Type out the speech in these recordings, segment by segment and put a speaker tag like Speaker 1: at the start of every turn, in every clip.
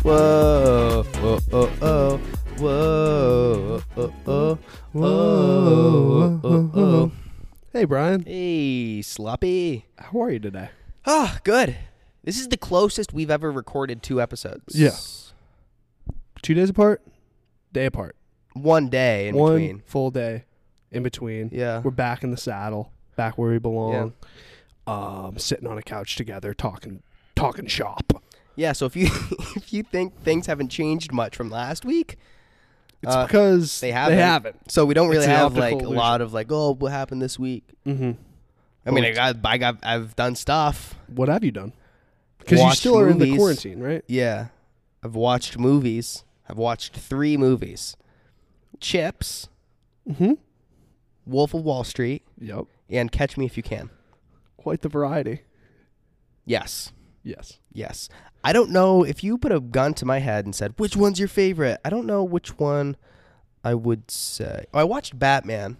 Speaker 1: Whoa, whoa, oh, oh, whoa, oh, oh, whoa, oh, oh.
Speaker 2: Hey, Brian.
Speaker 1: Hey, sloppy.
Speaker 2: How are you today?
Speaker 1: Ah, good. This is the closest we've ever recorded two episodes.
Speaker 2: Yeah. Two days apart? Day apart.
Speaker 1: One day in
Speaker 2: One
Speaker 1: between.
Speaker 2: full day in between.
Speaker 1: Yeah.
Speaker 2: We're back in the saddle, back where we belong. Um, sitting on a couch together, talking talking shop.
Speaker 1: Yeah, so if you if you think things haven't changed much from last week,
Speaker 2: It's
Speaker 1: Uh,
Speaker 2: because
Speaker 1: they haven't. So we don't really
Speaker 2: It's an
Speaker 1: have
Speaker 2: optical
Speaker 1: like a
Speaker 2: illusion.
Speaker 1: lot of like, oh, what happened this week?
Speaker 2: Mhm.
Speaker 1: I mean, I got, I got, I've done stuff.
Speaker 2: What have you done? Because you
Speaker 1: Watched
Speaker 2: still are in the
Speaker 1: movies.
Speaker 2: quarantine, right?
Speaker 1: Yeah, I've watched movies. I've watched three movies: Chips,
Speaker 2: Mhm.
Speaker 1: Wolf of Wall Street,
Speaker 2: Yep.
Speaker 1: and Catch Me If You Can.
Speaker 2: Quite the variety.
Speaker 1: Yes,
Speaker 2: Yes.
Speaker 1: yes. I don't know if you put a gun to my head and said, "Which one's your favorite?" I don't know which one I would say. Oh, I watched Batman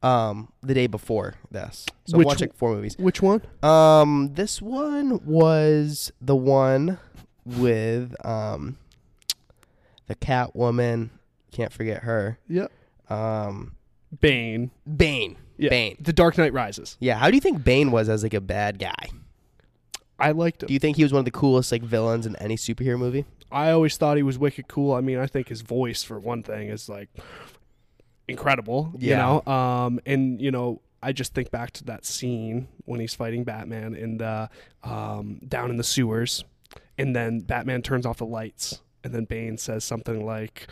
Speaker 1: um the day before this, so
Speaker 2: Which
Speaker 1: I'm watching four movies.
Speaker 2: Which one?
Speaker 1: Um, this one was the one with um the Catwoman. Can't forget her.
Speaker 2: Yep.
Speaker 1: Um,
Speaker 2: Bane.
Speaker 1: Bane.
Speaker 2: Yeah.
Speaker 1: Bane.
Speaker 2: The Dark Knight Rises.
Speaker 1: Yeah. How do you think Bane was as like a bad guy?
Speaker 2: I liked it.
Speaker 1: Do you think he was one of the coolest like villains in any superhero movie?
Speaker 2: I always thought he was wicked cool. I mean, I think his voice for one thing is like incredible,
Speaker 1: Yeah.
Speaker 2: you know. Um and you know, I just think back to that scene when he's fighting Batman in the um down in the sewers and then Batman turns off the lights and then Bane says something like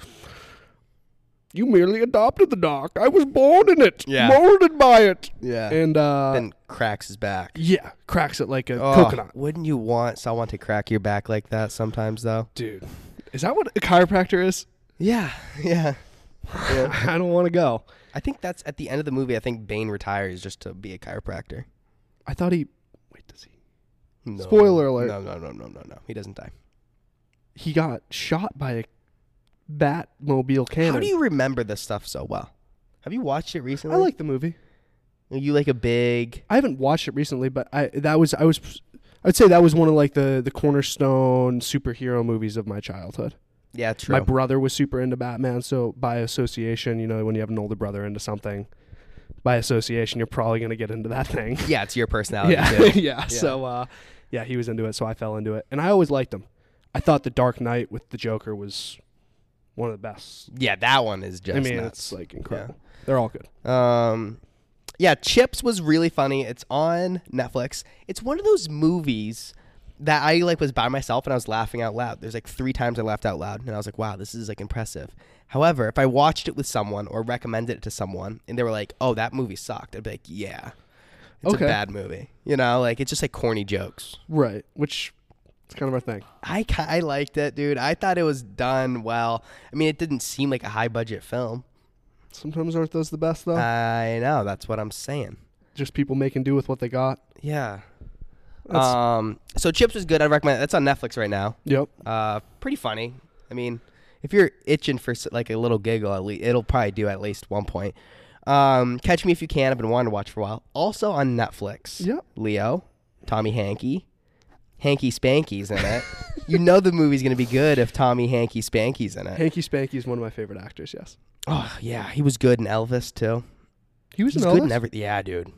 Speaker 2: you merely adopted the dark. I was born in it,
Speaker 1: Yeah.
Speaker 2: molded by it.
Speaker 1: Yeah.
Speaker 2: And uh
Speaker 1: then cracks his back.
Speaker 2: yeah, cracks it like a
Speaker 1: Oh,
Speaker 2: coconut.
Speaker 1: Wouldn't you want someone to crack your back like that sometimes though?
Speaker 2: Dude, is that what a chiropractor is?
Speaker 1: Yeah. Yeah.
Speaker 2: I don't want to go.
Speaker 1: I think that's at the end of the movie. I think Bane retires just to be a chiropractor.
Speaker 2: I thought he. Wait, does he?
Speaker 1: No.
Speaker 2: Spoiler alert.
Speaker 1: No, no, no, no, no, no. He doesn't die.
Speaker 2: He got shot by a Batmobile cannon.
Speaker 1: How do you remember this stuff so well? Have you watched it
Speaker 2: I
Speaker 1: recently?
Speaker 2: like the movie.
Speaker 1: Are you like a big.
Speaker 2: I haven't watched it recently, but I that was I was I'd say that was one of like the the cornerstone superhero movies of my childhood.
Speaker 1: Yeah, true.
Speaker 2: My brother was super into Batman, so by association, you know, when you have an older brother into something, by association, you're probably gonna get into that thing.
Speaker 1: yeah, it's your personality
Speaker 2: yeah,
Speaker 1: too.
Speaker 2: yeah. So, uh, yeah, he was into it, so I fell into it, and I always liked him. I thought the Dark Knight with the Joker was one of the best
Speaker 1: Yeah, that one is just
Speaker 2: I mean,
Speaker 1: nuts.
Speaker 2: it's like incredible. They're all good.
Speaker 1: um, yeah, Chips was really funny. It's on Netflix. It's one of those movies that I like was by myself and I was laughing out loud. There's like three times I laughed out loud and I was like, wow, this is like impressive. However, if I watched it with someone or recommended it to someone and they were like, oh, that movie sucked, I'd be like, yeah, it's
Speaker 2: Okay.
Speaker 1: a bad movie. You know, like it's just like corny jokes.
Speaker 2: Right. Which it's kind of our thing.
Speaker 1: I, ki- I liked it, dude. I thought it was done well. I mean, it didn't seem like a high budget film.
Speaker 2: Sometimes aren't those the best though?
Speaker 1: I know that's what I'm saying.
Speaker 2: Just people making do with what they got.
Speaker 1: Yeah.
Speaker 2: That's-
Speaker 1: um. So Chips was good. I recommend. It. That's on Netflix right now.
Speaker 2: Yep.
Speaker 1: Uh, pretty funny. I mean, if you're itching for s- like a little giggle, at least it'll probably do at least one point. Um, Catch Me If You Can. I've been wanting to watch for a while. Also on Netflix.
Speaker 2: Yep.
Speaker 1: Leo, Tommy Hanky, Hanky Spanky's in it. you know the movie's gonna be good if Tommy Hanky Spanky's in it.
Speaker 2: Hanky Spanky is one of my favorite actors. Yes.
Speaker 1: Oh yeah, he was good in Elvis too.
Speaker 2: He was
Speaker 1: He's
Speaker 2: in
Speaker 1: good in
Speaker 2: Elvis?
Speaker 1: everything. Yeah, dude.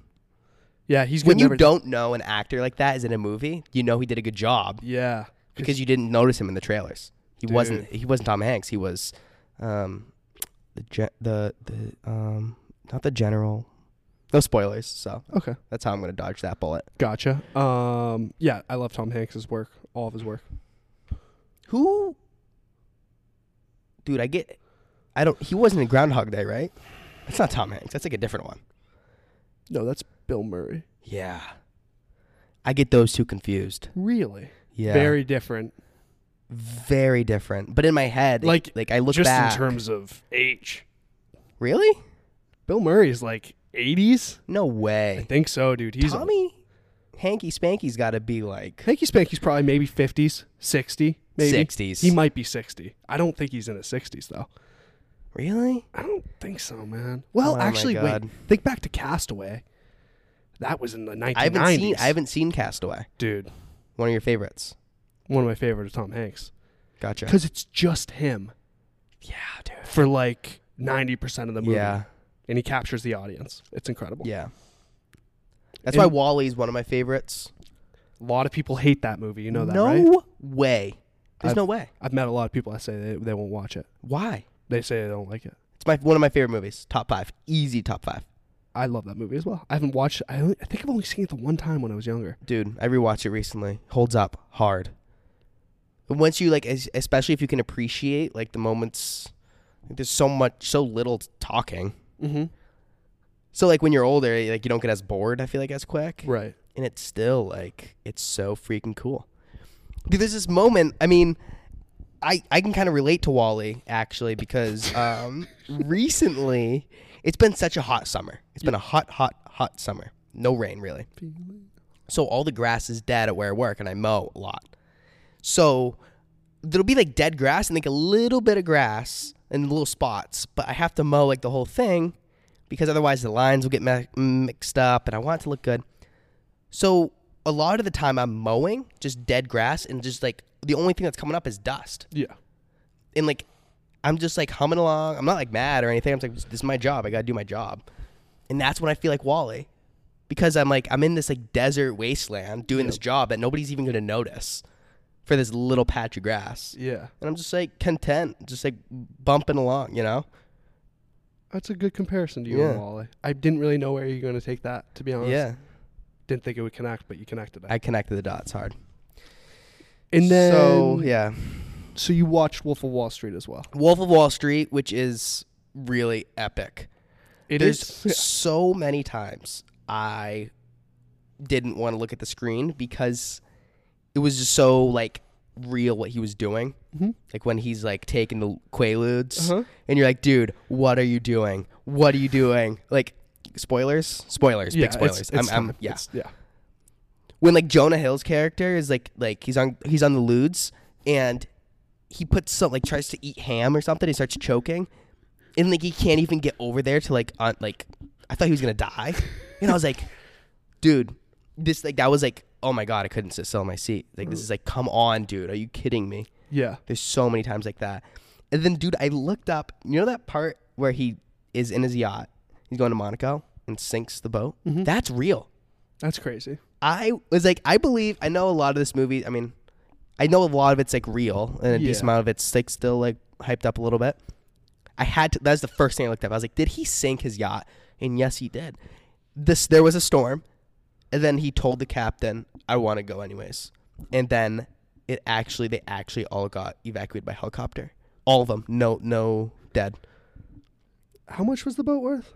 Speaker 2: Yeah, he's good
Speaker 1: When
Speaker 2: in
Speaker 1: you
Speaker 2: everything.
Speaker 1: don't know an actor like that is in a movie, you know he did a good job
Speaker 2: Yeah.
Speaker 1: because you didn't notice him in the trailers. He
Speaker 2: Dude.
Speaker 1: wasn't. He wasn't Tom Hanks. He was, um, the gen- the the um not the general. No spoilers. So
Speaker 2: Okay.
Speaker 1: that's how I'm gonna dodge that bullet.
Speaker 2: Gotcha. Um. Yeah, I love Tom Hanks's work. All of his work.
Speaker 1: Who? Dude, I get. I don't. He wasn't in Groundhog Day, right? That's not Tom Hanks. That's like a different one.
Speaker 2: No, that's Bill Murray.
Speaker 1: Yeah. I get those two confused.
Speaker 2: Really.
Speaker 1: Yeah.
Speaker 2: Very different.
Speaker 1: very different. But in my head, like like
Speaker 2: Like,
Speaker 1: I look
Speaker 2: just
Speaker 1: back.
Speaker 2: in terms of age.
Speaker 1: really?
Speaker 2: Bill Murray's like 80s.
Speaker 1: No
Speaker 2: I
Speaker 1: way.
Speaker 2: think so, dude. He's old.
Speaker 1: Tommy Hanky Spanky's got to be like
Speaker 2: Hanky Spanky's probably maybe 50s, 60, maybe.
Speaker 1: 60s.
Speaker 2: He might be 60. I don't think he's in his 60s, though.
Speaker 1: really.
Speaker 2: I don't think so, man. Well,
Speaker 1: Oh my
Speaker 2: actually, wait.
Speaker 1: God.
Speaker 2: Think back to Castaway. That was in the 1990s.
Speaker 1: I haven't seen I haven't seen Castaway.
Speaker 2: Dude,
Speaker 1: One of your favorites.
Speaker 2: one of my favorite is Tom Hanks.
Speaker 1: Gotcha.
Speaker 2: because it's just him
Speaker 1: yeah, dude.
Speaker 2: for like 90% of the movie.
Speaker 1: Yeah,
Speaker 2: And he captures the audience. It's incredible.
Speaker 1: yeah. That's
Speaker 2: And-
Speaker 1: why Wally's one of my favorites.
Speaker 2: A lot of people hate that movie. You know that,
Speaker 1: no
Speaker 2: right?
Speaker 1: way. There's
Speaker 2: I've-
Speaker 1: no way.
Speaker 2: I've met a lot of people that say they, they won't watch it.
Speaker 1: Why?
Speaker 2: They say they don't like it.
Speaker 1: It's my one of my favorite movies. Top five, easy top five.
Speaker 2: I love that movie as well. I haven't watched I, only, I think I've only seen it the one time when I was younger.
Speaker 1: Dude, I rewatched it recently. Holds up hard. And once you like, es- especially if you can appreciate like the moments. like, There's so much, so little t- talking.
Speaker 2: Mm-hmm.
Speaker 1: So like when you're older, like you don't get as bored. I feel like as quick.
Speaker 2: Right.
Speaker 1: and it's still like it's so freaking cool. Dude, there's this moment. I mean, I I can kind of relate to Wally actually because um, recently it's been such a hot summer. It's been a hot, hot, hot summer. No rain really. So all the grass is dead at where I work, and I mow a lot. So there'll be like dead grass and like a little bit of grass in little spots, but I have to mow like the whole thing because otherwise the lines will get mi- mixed up, and I want it to look good. So a lot of the time I'm mowing just dead grass and just like the only thing that's coming up is dust.
Speaker 2: Yeah.
Speaker 1: And like I'm just like humming along. I'm not like mad or anything. I'm just like this is my job. I gotta do my job. And that's when I feel like Wally. Because I'm like I'm in this like desert wasteland doing this job that nobody's even gonna notice for this little patch of grass.
Speaker 2: Yeah.
Speaker 1: And I'm just like content, just like bumping along, you know?
Speaker 2: That's a good comparison to you
Speaker 1: Yeah.
Speaker 2: and Wally. I didn't really know where you were going to take that, to be honest.
Speaker 1: Yeah.
Speaker 2: Didn't think it would connect, but you connected it.
Speaker 1: I connected the dots hard.
Speaker 2: and then,
Speaker 1: so
Speaker 2: so,
Speaker 1: yeah.
Speaker 2: you watched Wolf of Wall Street as well.
Speaker 1: Wolf of Wall Street, which is really epic.
Speaker 2: It is.
Speaker 1: There's so many times I didn't want to look at the screen because it was just so like real what he was doing.
Speaker 2: Mhm.
Speaker 1: Like when he's like taking the quaaludes,
Speaker 2: Uh-huh.
Speaker 1: and you're like, "Dude, what are you doing? What are you doing?" Like spoilers, spoilers, big spoilers.
Speaker 2: It's,
Speaker 1: I'm,
Speaker 2: it's
Speaker 1: I'm
Speaker 2: time.
Speaker 1: yeah.
Speaker 2: It's- yeah.
Speaker 1: When like Jonah Hill's character is like like he's on he's on the lewds and he puts some like tries to eat ham or something. He starts choking, and like he can't even get over there to like on like I thought he was gonna die, and I was like, dude, this like that was like oh my god I couldn't sit still in my seat. Like this is like come on, dude, are you kidding me?
Speaker 2: Yeah.
Speaker 1: There's so many times like that, and then dude I looked up. You know that part where he is in his yacht, he's going to Monaco and sinks the boat. That's real.
Speaker 2: That's crazy.
Speaker 1: I was like, I believe I know a lot of this movie. I mean, I know a lot of it's like real, and a decent
Speaker 2: Yeah.
Speaker 1: amount of it's like still like hyped up a little bit. I had to. That was the first thing I looked up. I was like, did he sink his yacht? And yes, he did. This there was a storm, and then he told the captain, "I want to go anyways." And then it actually, they actually all got evacuated by helicopter. All of them. No, no dead.
Speaker 2: How much was the boat worth?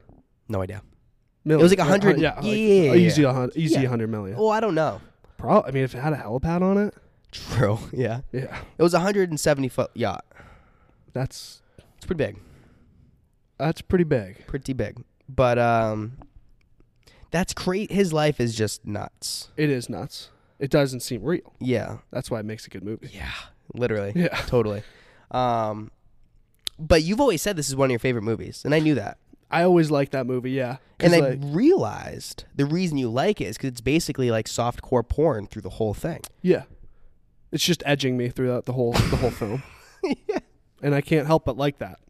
Speaker 1: No idea.
Speaker 2: Million.
Speaker 1: was like
Speaker 2: Or, uh,
Speaker 1: 100
Speaker 2: Yeah. like,
Speaker 1: yeah.
Speaker 2: easy a hun- easy
Speaker 1: Yeah.
Speaker 2: 100 million.
Speaker 1: Oh, I don't know.
Speaker 2: Pro- I mean, if it had a helipad on it,
Speaker 1: True. Yeah.
Speaker 2: yeah,
Speaker 1: It was a 170 foot yacht.
Speaker 2: that's
Speaker 1: It's pretty big.
Speaker 2: that's pretty big.
Speaker 1: pretty big. But um that's great. His life is just nuts.
Speaker 2: It is nuts. It doesn't seem real.
Speaker 1: Yeah.
Speaker 2: That's why it makes a good movie.
Speaker 1: Yeah. Literally.
Speaker 2: Yeah.
Speaker 1: Totally. Um but you've always said this is one of your favorite movies, and I knew that.
Speaker 2: I always liked that movie. Yeah,
Speaker 1: And
Speaker 2: and
Speaker 1: I realized the reason you like it is because it's basically like softcore porn through the whole thing.
Speaker 2: yeah, it's just edging me throughout the whole the whole film,
Speaker 1: yeah.
Speaker 2: and I can't help but like that.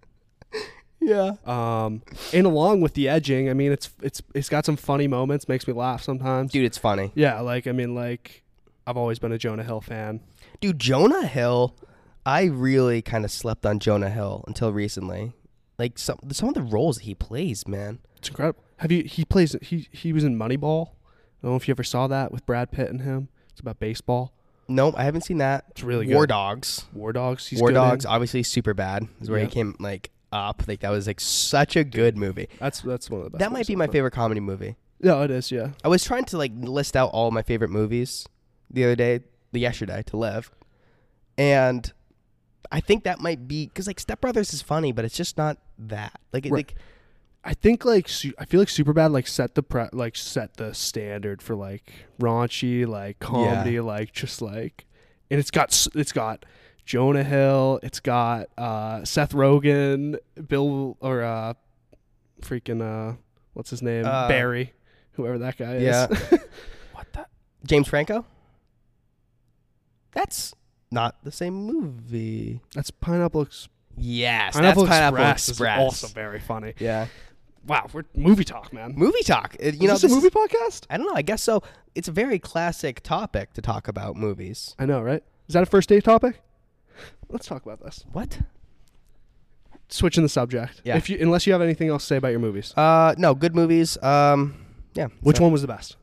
Speaker 1: Yeah.
Speaker 2: Um, and along with the edging, I mean, it's it's it's got some funny moments. Makes me laugh sometimes.
Speaker 1: Dude, it's funny.
Speaker 2: Yeah, like I mean, like I've always been a Jonah Hill fan.
Speaker 1: Dude, Jonah Hill, I really kind of slept on Jonah Hill until recently. Like some some of the roles he plays, man.
Speaker 2: It's incredible. Have you? He plays. He he was in Moneyball. I don't know if you ever saw that with Brad Pitt and him. It's about baseball.
Speaker 1: Nope, I haven't seen that.
Speaker 2: It's really
Speaker 1: War
Speaker 2: good.
Speaker 1: Dogs.
Speaker 2: War Dogs. He's
Speaker 1: War
Speaker 2: good
Speaker 1: Dogs,
Speaker 2: in.
Speaker 1: obviously, super bad is where
Speaker 2: Yeah.
Speaker 1: he came like up. Like that was like such a good movie.
Speaker 2: That's that's one of the best.
Speaker 1: That might
Speaker 2: ones.
Speaker 1: be my favorite comedy movie.
Speaker 2: No, it is. Yeah.
Speaker 1: I was trying to like list out all my favorite movies the other day, the yesterday to live, and I think that might be because like Step Brothers is funny, but it's just not that. Like, it,
Speaker 2: Right.
Speaker 1: like
Speaker 2: I think like Su- I feel like Superbad like set the pre- like set the standard for like raunchy like comedy like just like and it's got s- it's got Jonah Hill it's got uh, Seth Rogen Bill or uh, freaking uh what's his name
Speaker 1: Uh,
Speaker 2: Barry whoever that guy is
Speaker 1: yeah. what the James Franco? That's not the same movie.
Speaker 2: That's Pineapple, Ex-
Speaker 1: Yes,
Speaker 2: Pineapple,
Speaker 1: that's Pineapple
Speaker 2: Express.
Speaker 1: Express.
Speaker 2: Is also very funny.
Speaker 1: Yeah,
Speaker 2: Wow, we're movie talk, man.
Speaker 1: movie talk. It- you know,
Speaker 2: is this
Speaker 1: this
Speaker 2: a
Speaker 1: is-
Speaker 2: movie podcast?
Speaker 1: I don't know. I guess so. It's a very classic topic to talk about movies.
Speaker 2: I know, right? Is that a first date topic? Let's talk about this.
Speaker 1: What?
Speaker 2: Switching the subject.
Speaker 1: Yeah.
Speaker 2: If you, unless you have anything else to say about your movies,
Speaker 1: Uh, no, good movies. Um, yeah.
Speaker 2: which
Speaker 1: so-
Speaker 2: one was the best?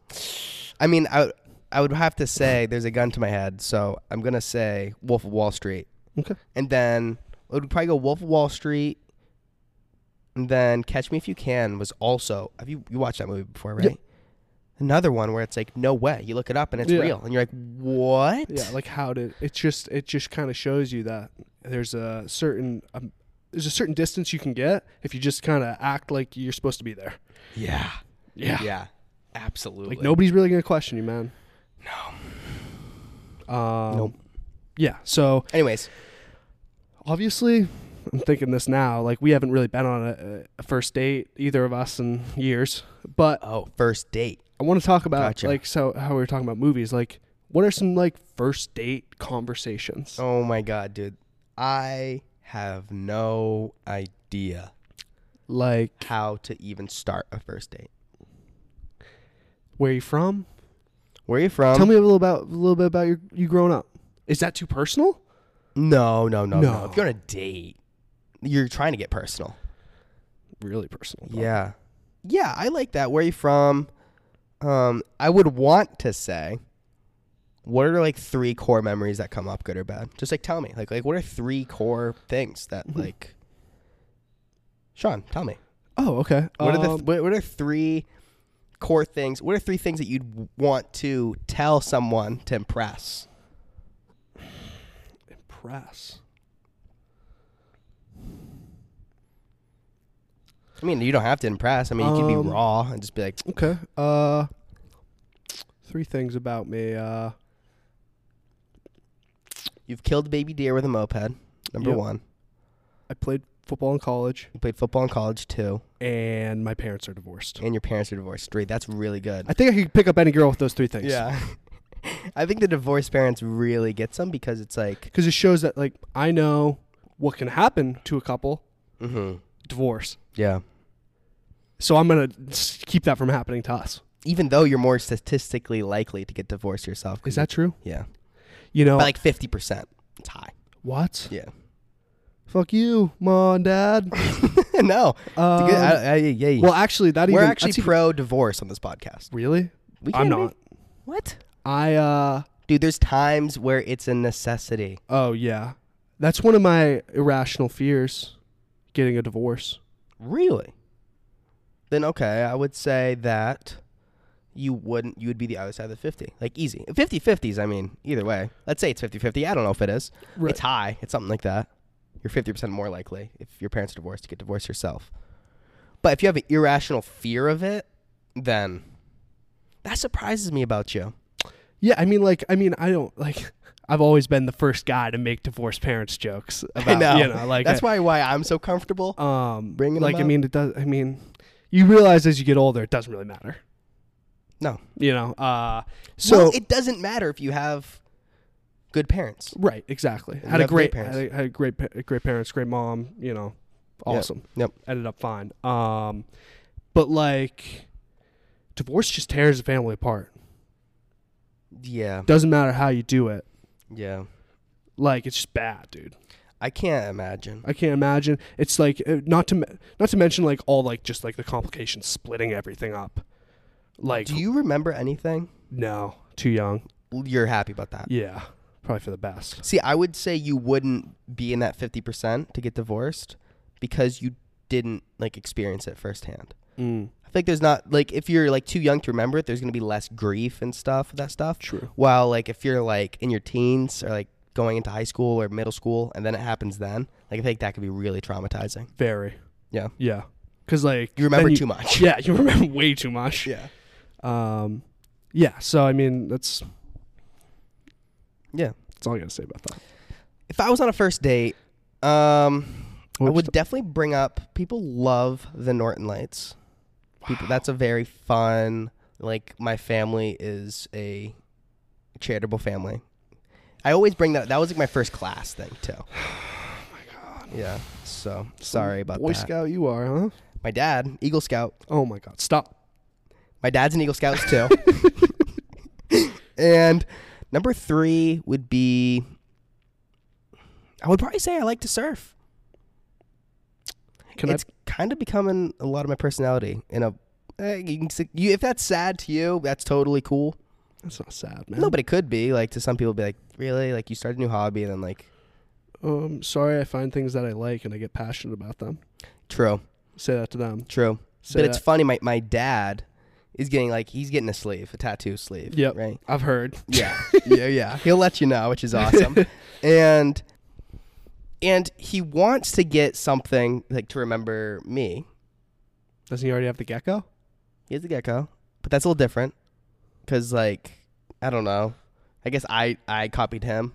Speaker 1: I mean, I would- I would have to say there's a gun to my head, so I'm gonna say Wolf of Wall Street,
Speaker 2: Okay.
Speaker 1: and then it would probably go Wolf of Wall Street, and then Catch Me If You Can was also. Have you you watched that movie before, right?
Speaker 2: Yep.
Speaker 1: Another one where it's like no way. You look it up and it's
Speaker 2: Yeah.
Speaker 1: real, and you're like, what?
Speaker 2: Yeah, like how did it just it just kind of shows you that there's a certain um, there's a certain distance you can get if you just kind of act like you're supposed to be there.
Speaker 1: yeah,
Speaker 2: Yeah.
Speaker 1: yeah, absolutely.
Speaker 2: Like nobody's really gonna question you, man. No. Um,
Speaker 1: Nope.
Speaker 2: Yeah. So
Speaker 1: Anyways,
Speaker 2: obviously, I'm thinking this now. Like we haven't really been on a, a first date either of us in years, but
Speaker 1: oh, first date.
Speaker 2: I want to talk about
Speaker 1: Gotcha.
Speaker 2: like so how we were talking about movies. Like what are some like first date conversations?
Speaker 1: Oh my god, dude, I have no idea
Speaker 2: Like
Speaker 1: how to even start a first date.
Speaker 2: where are you from?
Speaker 1: Where are you from?
Speaker 2: Tell me a little about a little bit about your you growing up. Is that too personal?
Speaker 1: No, no, no, no,
Speaker 2: No.
Speaker 1: If you're on a date, you're trying to get personal.
Speaker 2: Really personal. but-
Speaker 1: Yeah. Yeah, I like that. Where are you from? Um, I would want to say, what are like three core memories that come up, good or bad? Just like tell me, like, like what are three core things
Speaker 2: Mm-hmm.
Speaker 1: that like? Sean, tell me.
Speaker 2: Oh, okay.
Speaker 1: What are the
Speaker 2: Um,
Speaker 1: th- what, what are three core things? What are three things that you'd w- want to tell someone to impress?
Speaker 2: impress?
Speaker 1: I mean, you don't have to impress. I mean, you can
Speaker 2: Um,
Speaker 1: be raw and just be like,
Speaker 2: Okay. Uh, three things about me. Uh,
Speaker 1: You've killed a baby deer with a moped. Number
Speaker 2: Yep.
Speaker 1: one.
Speaker 2: I played football in college,
Speaker 1: You played football in college too,
Speaker 2: and my parents are divorced.
Speaker 1: and your parents are divorced. Three. That's really good.
Speaker 2: I think I could pick up any girl with those three things.
Speaker 1: yeah. I think the divorced parents really get some because it's like,
Speaker 2: Because it shows that like I know what can happen to a couple
Speaker 1: mm-hmm.
Speaker 2: divorce.
Speaker 1: yeah.
Speaker 2: So I'm gonna s- keep that from happening to us.
Speaker 1: Even though you're more statistically likely to get divorced yourself, 'cause
Speaker 2: Is that Oh. true?
Speaker 1: you- yeah,
Speaker 2: You know
Speaker 1: by like fifty percent. It's high.
Speaker 2: what?
Speaker 1: Yeah.
Speaker 2: Fuck you, mom, and dad.
Speaker 1: no. It's a good-
Speaker 2: Um,
Speaker 1: I- I- yeah.
Speaker 2: Well, actually, that
Speaker 1: we're
Speaker 2: even
Speaker 1: actually
Speaker 2: that's even-
Speaker 1: pro divorce on this podcast.
Speaker 2: really.
Speaker 1: We can't
Speaker 2: I'm
Speaker 1: be-
Speaker 2: not.
Speaker 1: What?
Speaker 2: I uh
Speaker 1: Dude, there's times where it's a necessity.
Speaker 2: oh yeah, that's one of my irrational fears, getting a divorce.
Speaker 1: Really? Then okay, I would say that you wouldn't you would be the other side of the 50. Like easy. 50/50s, I mean, either way. Let's say it's 50/50. I don't know if it is.
Speaker 2: Right.
Speaker 1: It's high. It's something like that. You're 50% more likely if your parents are divorced to get divorced yourself. But if you have an irrational fear of it, then that surprises me about you.
Speaker 2: Yeah, I mean, like, I mean, I don't like. I've always been the first guy to make divorced parents jokes about
Speaker 1: I know.
Speaker 2: you know like
Speaker 1: That's
Speaker 2: I,
Speaker 1: why why I'm so comfortable.
Speaker 2: um
Speaker 1: Bringing 'em
Speaker 2: like I
Speaker 1: up.
Speaker 2: mean it does I mean you realize as you get older it doesn't really matter
Speaker 1: No.
Speaker 2: you know uh so
Speaker 1: So it doesn't matter if you have good parents.
Speaker 2: right exactly
Speaker 1: You
Speaker 2: had a
Speaker 1: have great
Speaker 2: great had
Speaker 1: parents.
Speaker 2: a, had a great pa- great parents great mom you know
Speaker 1: Yep.
Speaker 2: awesome
Speaker 1: Yep.
Speaker 2: ended up fine um but like divorce just tears a family apart
Speaker 1: Yeah.
Speaker 2: doesn't matter how you do it
Speaker 1: Yeah.
Speaker 2: like it's just bad dude
Speaker 1: I can't imagine.
Speaker 2: I can't imagine. It's like uh, not to me- not to mention like all like just like the complications splitting everything up. Like
Speaker 1: Do you remember anything?
Speaker 2: no, too young.
Speaker 1: You're happy about that.
Speaker 2: Yeah, probably for the best.
Speaker 1: See, I would say you wouldn't be in that 50% to get divorced because you didn't like experience it firsthand.
Speaker 2: Mm,
Speaker 1: I think there's not like if you're like too young to remember it, there's going to be less grief and stuff, that stuff.
Speaker 2: true.
Speaker 1: While like if you're like in your teens or like going into high school or middle school and then it happens then, like I think that could be really traumatizing.
Speaker 2: Very.
Speaker 1: Yeah.
Speaker 2: Yeah. Cause like
Speaker 1: You remember
Speaker 2: then
Speaker 1: too much.
Speaker 2: Yeah, you remember way too much.
Speaker 1: Yeah.
Speaker 2: Um, yeah. So I mean, that's
Speaker 1: Yeah.
Speaker 2: that's all I gotta say about that.
Speaker 1: if I was on a first date, um, I
Speaker 2: Which
Speaker 1: would
Speaker 2: th-
Speaker 1: definitely bring up. People love the Norton Lights. People, that's a very fun. Like my family is a charitable family, I always bring that. That was like my first class thing too. Oh Yeah. So sorry about
Speaker 2: Boy
Speaker 1: that.
Speaker 2: Scout, you are, huh?
Speaker 1: My dad, Eagle Scout.
Speaker 2: Oh my God! Stop.
Speaker 1: My dad's an Eagle Scout too. and number three would be. I would probably say I like to surf.
Speaker 2: Can
Speaker 1: it's kind of becoming a lot of my personality. In a, eh, you can, s- you, if that's sad to you, that's totally cool.
Speaker 2: I? That's not sad, man.
Speaker 1: No, but it could be like to some people, be like, really, like you start a new hobby and then like,
Speaker 2: Um, sorry, I find things that I like and I get passionate about them.
Speaker 1: true,
Speaker 2: Say that to them.
Speaker 1: true.
Speaker 2: Say
Speaker 1: but it's
Speaker 2: that.
Speaker 1: funny. My my dad is getting like he's getting a sleeve, a tattoo sleeve.
Speaker 2: Yep.
Speaker 1: Right.
Speaker 2: I've heard.
Speaker 1: Yeah. yeah. Yeah. He'll let you know, which is awesome. and and he wants to get something like to remember me.
Speaker 2: Doesn't he already have the gecko?
Speaker 1: He has a gecko, but that's a little different because like I don't know. I guess I I copied him.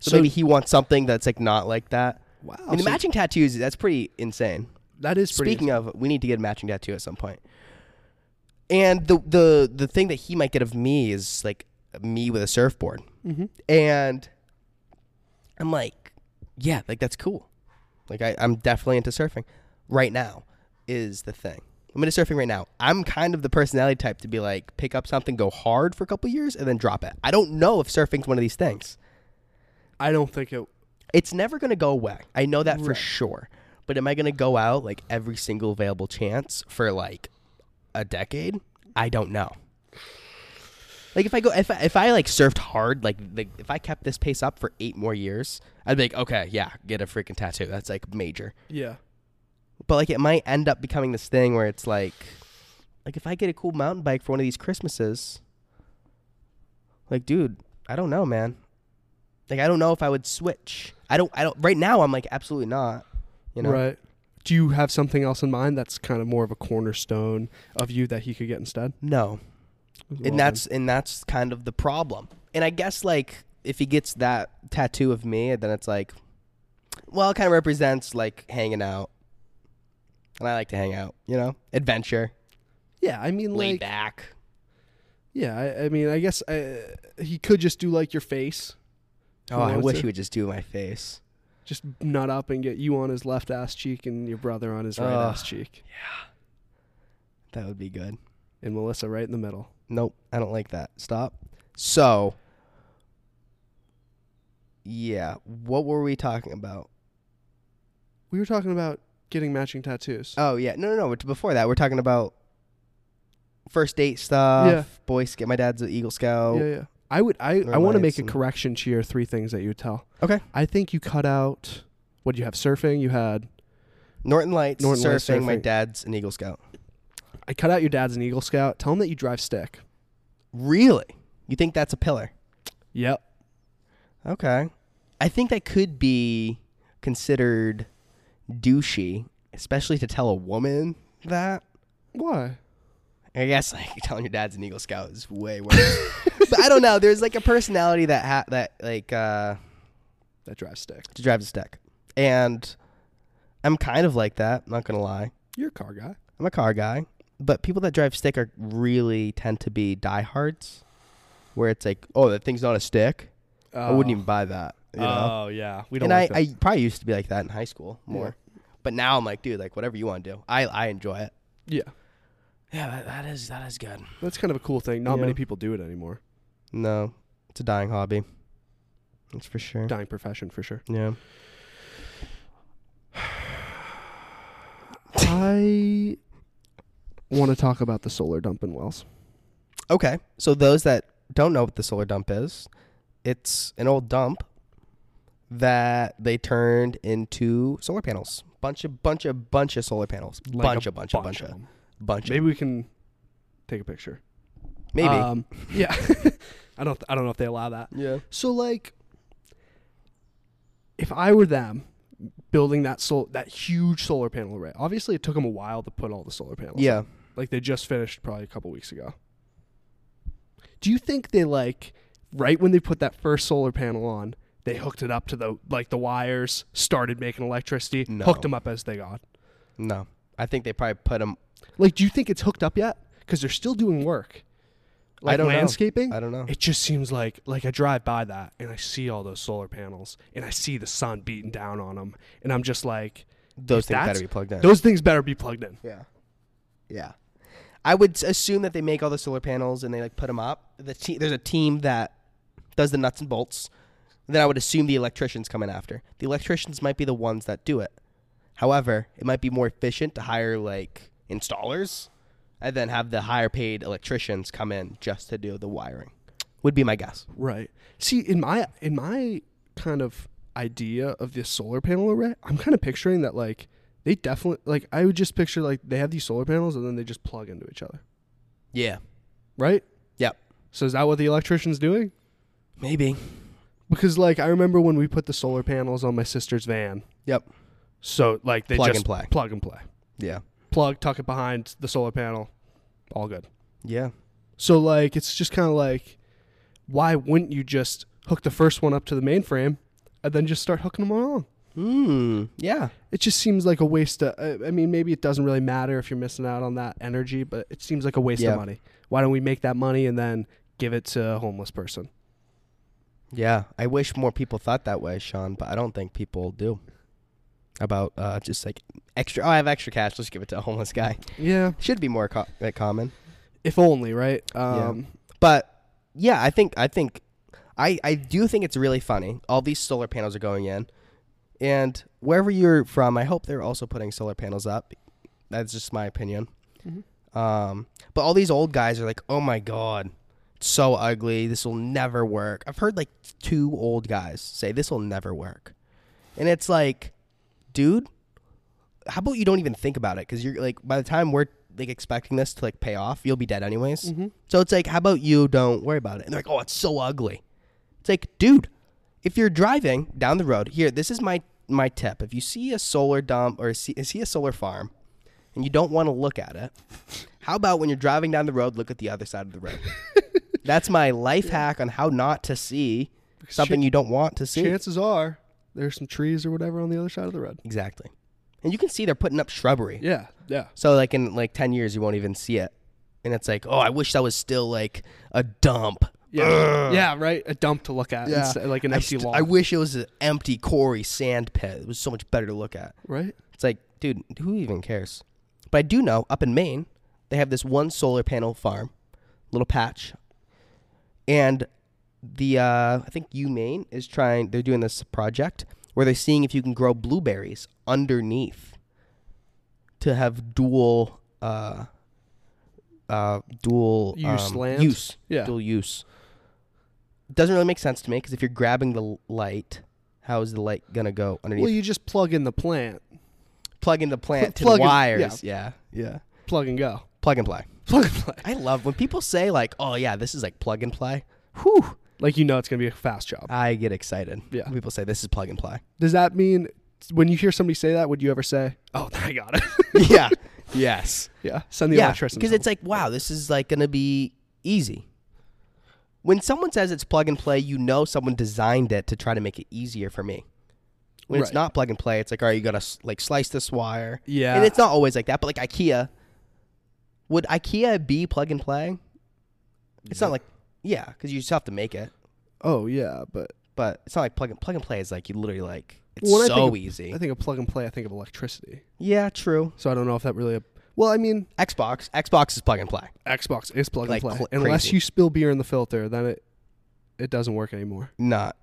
Speaker 1: So, maybe he wants something that's like not like that.
Speaker 2: wow.
Speaker 1: I mean,
Speaker 2: so
Speaker 1: matching tattoos, that's pretty insane.
Speaker 2: that is pretty.
Speaker 1: Speaking of, we need to get a matching tattoo at some point. And the the the thing that he might get of me is like me with a surfboard.
Speaker 2: Mhm.
Speaker 1: And I'm like, yeah, like that's cool. Like I, I'm definitely into surfing. Right now is the thing. I'm into surfing right now. I'm kind of the personality type to be like pick up something, go hard for a couple years, and then drop it. I don't know if surfing's one of these things.
Speaker 2: I don't think it.
Speaker 1: It's never going to go away. I know that for
Speaker 2: Right.
Speaker 1: sure. But am I going to go out like every single available chance for like a decade? I don't know. Like if I go if I, if I like surfed hard like, like if I kept this pace up for 8 more years, I'd be like, "Okay, yeah, get a freaking tattoo. That's like major."
Speaker 2: Yeah.
Speaker 1: But like it might end up becoming this thing where it's like like if I get a cool mountain bike for one of these Christmases, like dude, I don't know, man. Like I don't know if I would switch. I don't I don't right now I'm like absolutely not. You know.
Speaker 2: Right. Do you have something else in mind that's kind of more of a cornerstone of you that he could get instead?
Speaker 1: No.
Speaker 2: Well,
Speaker 1: And that's and that's kind of the problem. And I guess like if he gets that tattoo of me, then it's like well, it kind of represents like hanging out. And I like to hang out, you know? Adventure,
Speaker 2: then- yeah. I mean,
Speaker 1: laid
Speaker 2: like,
Speaker 1: back.
Speaker 2: yeah. I, I mean, I guess uh, he could just do like your face,
Speaker 1: Oh, I
Speaker 2: wants
Speaker 1: wish
Speaker 2: to-
Speaker 1: he would just do my face.
Speaker 2: just nut up and get you on his left ass cheek and your brother on his right
Speaker 1: Ugh.
Speaker 2: ass cheek,
Speaker 1: That would be good.
Speaker 2: and Melissa right in the middle.
Speaker 1: Nope, I don't like that. Stop. So, yeah, what were we talking about?
Speaker 2: We were talking about getting matching tattoos.
Speaker 1: Oh yeah, no, no, no. Before that, we're talking about first date stuff.
Speaker 2: Yeah.
Speaker 1: Boy Scout. My dad's an Eagle Scout.
Speaker 2: Yeah, yeah. I would. I,
Speaker 1: Or
Speaker 2: I want to make
Speaker 1: Lions
Speaker 2: a
Speaker 1: and-
Speaker 2: correction to your three things that you would tell.
Speaker 1: Okay.
Speaker 2: I think you cut out. What did you have? Surfing. You had.
Speaker 1: Norton Lights.
Speaker 2: Norton
Speaker 1: surfing,
Speaker 2: Lights,
Speaker 1: My
Speaker 2: surfing.
Speaker 1: dad's an Eagle Scout.
Speaker 2: I cut out your dad's an Eagle Scout. Tell him that you drive stick.
Speaker 1: Really? You think that's a pillar?
Speaker 2: Yep.
Speaker 1: Okay. I think that could be considered douchey, especially to tell a woman that.
Speaker 2: Why?
Speaker 1: I guess like telling your dad's an Eagle Scout is way worse. but I don't know. There's like a personality that ha- that like uh,
Speaker 2: That drives stick.
Speaker 1: to drive the stick, and I'm kind of like that. Not gonna lie,
Speaker 2: You're a car guy.
Speaker 1: I'm a car guy, but people that drive stick are really tend to be diehards, where it's like, oh, that thing's not a stick. I wouldn't even buy that. You know.
Speaker 2: Oh yeah. We
Speaker 1: and I, I probably used to be like that in high school more, but now I'm like, dude, like whatever you want to do, I I enjoy it.
Speaker 2: yeah.
Speaker 1: Yeah, that, that is that is good.
Speaker 2: That's kind of a cool thing. Not
Speaker 1: Yeah.
Speaker 2: many people do it anymore.
Speaker 1: No, it's a dying hobby. That's for sure.
Speaker 2: Dying profession for sure.
Speaker 1: Yeah.
Speaker 2: I want to talk about the solar dump in Wells.
Speaker 1: Okay. So those that don't know what the solar dump is, it's an old dump that they turned into solar panels. Bunch of bunch of bunch of solar panels. bunch, of, bunch, of bunch of
Speaker 2: them.
Speaker 1: bunch
Speaker 2: Maybe
Speaker 1: of
Speaker 2: we can take a picture.
Speaker 1: maybe.
Speaker 2: Um, yeah. I don't. I don't know if they allow that.
Speaker 1: yeah.
Speaker 2: So like, if I were them, building that sol- that huge solar panel array. Obviously, it took them a while to put all the solar panels.
Speaker 1: Yeah.
Speaker 2: Like they just finished probably a couple weeks ago. Do you think they like right when they put that first solar panel on, they hooked it up to the like the wires, started making electricity,
Speaker 1: No.
Speaker 2: hooked them up as they got.
Speaker 1: No. I think they probably put them
Speaker 2: Like do you think it's hooked up yet? Cuz they're still doing work. like
Speaker 1: I don't know.
Speaker 2: landscaping.
Speaker 1: I don't know.
Speaker 2: It just seems like like I drive by that and I see all those solar panels and I see the sun beating down on them and I'm just like
Speaker 1: Those
Speaker 2: if
Speaker 1: things
Speaker 2: that's-
Speaker 1: better be plugged in.
Speaker 2: those things better be plugged in.
Speaker 1: Yeah. Yeah. I would s- assume that they make all the solar panels and they like put them up. The te- there's a team that does the nuts and bolts. Then I would assume the electricians come in after. The electricians might be the ones that do it. However, it might be more efficient to hire like installers and then have the higher paid electricians come in just to do the wiring. Would be my guess.
Speaker 2: Right. See, in my in my kind of idea of this solar panel array, I'm kind of picturing that like they definitely like I would just picture like they have these solar panels and then they just plug into each other,
Speaker 1: Yeah.
Speaker 2: right?
Speaker 1: Yep.
Speaker 2: So is that what the electrician's doing?
Speaker 1: Maybe.
Speaker 2: Because like I remember when we put the solar panels on my sister's van,
Speaker 1: Yep.
Speaker 2: so like they
Speaker 1: Plug
Speaker 2: just
Speaker 1: and play.
Speaker 2: plug and play,
Speaker 1: Yeah.
Speaker 2: plug, tuck it behind the solar panel, all good.
Speaker 1: Yeah.
Speaker 2: So like it's just kind of like, why wouldn't you just hook the first one up to the mainframe, and then just start hooking them all on?
Speaker 1: Hmm. Yeah.
Speaker 2: it just seems like a waste of I- i mean maybe it doesn't really matter if you're missing out on that energy but it seems like a waste
Speaker 1: Yeah.
Speaker 2: of money why don't we make that money and then give it to a homeless person
Speaker 1: Yeah, I wish more people thought that way, Sean, but I don't think people do. About uh, just like extra. Oh, I have extra cash. Let's give it to a homeless guy.
Speaker 2: yeah
Speaker 1: Should be more co- like, common.
Speaker 2: if only right um
Speaker 1: But yeah, I think I think I I do think it's really funny. All these solar panels are going in, and wherever you're from, I hope they're also putting solar panels up. That's just my opinion. Um, but all these old guys are like, "Oh my god, it's so ugly. This will never work." I've heard like two old guys say, "This will never work," and it's like, dude, how about you don't even think about it? Because you're like, by the time we're like expecting this to like pay off, you'll be dead anyways. So it's like, how about you don't worry about it? And they're like, "Oh, it's so ugly." It's like, dude, if you're driving down the road, here, this is my my tip. If you see a solar dump or see, see a solar farm and you don't want to look at it, how about when you're driving down the road, look at the other side of the road? That's my life hack on how not to see something you don't want to see.
Speaker 2: chances are there's some trees or whatever on the other side of the road
Speaker 1: Exactly. And you can see they're putting up shrubbery.
Speaker 2: yeah yeah
Speaker 1: So like in like 10 years you won't even see it. And it's like, "Oh, I wish that was still like a dump."
Speaker 2: yeah yeah right a dump to look at yeah. like an
Speaker 1: I
Speaker 2: empty
Speaker 1: st-
Speaker 2: lawn
Speaker 1: I wish it was an empty quarry sand pit. It was so much better to look at.
Speaker 2: right
Speaker 1: It's like, dude, who even cares? But I do know up in Maine, they have this one solar panel farm, little patch, and the uh, I think UMaine is trying. They're doing this project where they're seeing if you can grow blueberries underneath to have dual uh, uh, dual
Speaker 2: Use
Speaker 1: um,
Speaker 2: land?
Speaker 1: use
Speaker 2: Yeah.
Speaker 1: dual use. Doesn't really make sense to me because if you're grabbing the l- light, how is the light gonna go underneath?
Speaker 2: well you just plug in the plant
Speaker 1: plug in the plant to
Speaker 2: Plug
Speaker 1: the
Speaker 2: in-
Speaker 1: wires. Yeah. yeah,
Speaker 2: plug and go
Speaker 1: Plug and play.
Speaker 2: plug and play
Speaker 1: I love when people say like, "Oh yeah, this is like plug and play." Whew!
Speaker 2: like you know it's gonna be a fast job
Speaker 1: I get excited.
Speaker 2: Yeah.
Speaker 1: when people say this is plug and play.
Speaker 2: does that mean when you hear somebody say that would you ever say oh i got it
Speaker 1: yeah. Yes.
Speaker 2: yeah send the
Speaker 1: yeah.
Speaker 2: electricity
Speaker 1: Because
Speaker 2: home.
Speaker 1: it's like, wow, this is like gonna be easy. When someone says it's plug and play, you know someone designed it to try to make it easier for me. When it's
Speaker 2: Right.
Speaker 1: not plug and play, it's like, all right, you gotta s- like slice this wire.
Speaker 2: Yeah.
Speaker 1: and it's not always like that. But like IKEA, would IKEA be plug and play? It's not like yeah, because you just have to make it.
Speaker 2: oh yeah, but
Speaker 1: But it's not like plug and plug and play is like you literally like it's
Speaker 2: When I think
Speaker 1: so
Speaker 2: of-
Speaker 1: easy.
Speaker 2: I think of plug and play. I think of electricity.
Speaker 1: yeah, true.
Speaker 2: So I don't know if that really. Well, I mean,
Speaker 1: Xbox, Xbox is plug and play.
Speaker 2: Xbox is plug
Speaker 1: Like
Speaker 2: and play.
Speaker 1: cl-
Speaker 2: Unless
Speaker 1: crazy.
Speaker 2: you spill beer in the filter, then it it doesn't work anymore.
Speaker 1: Not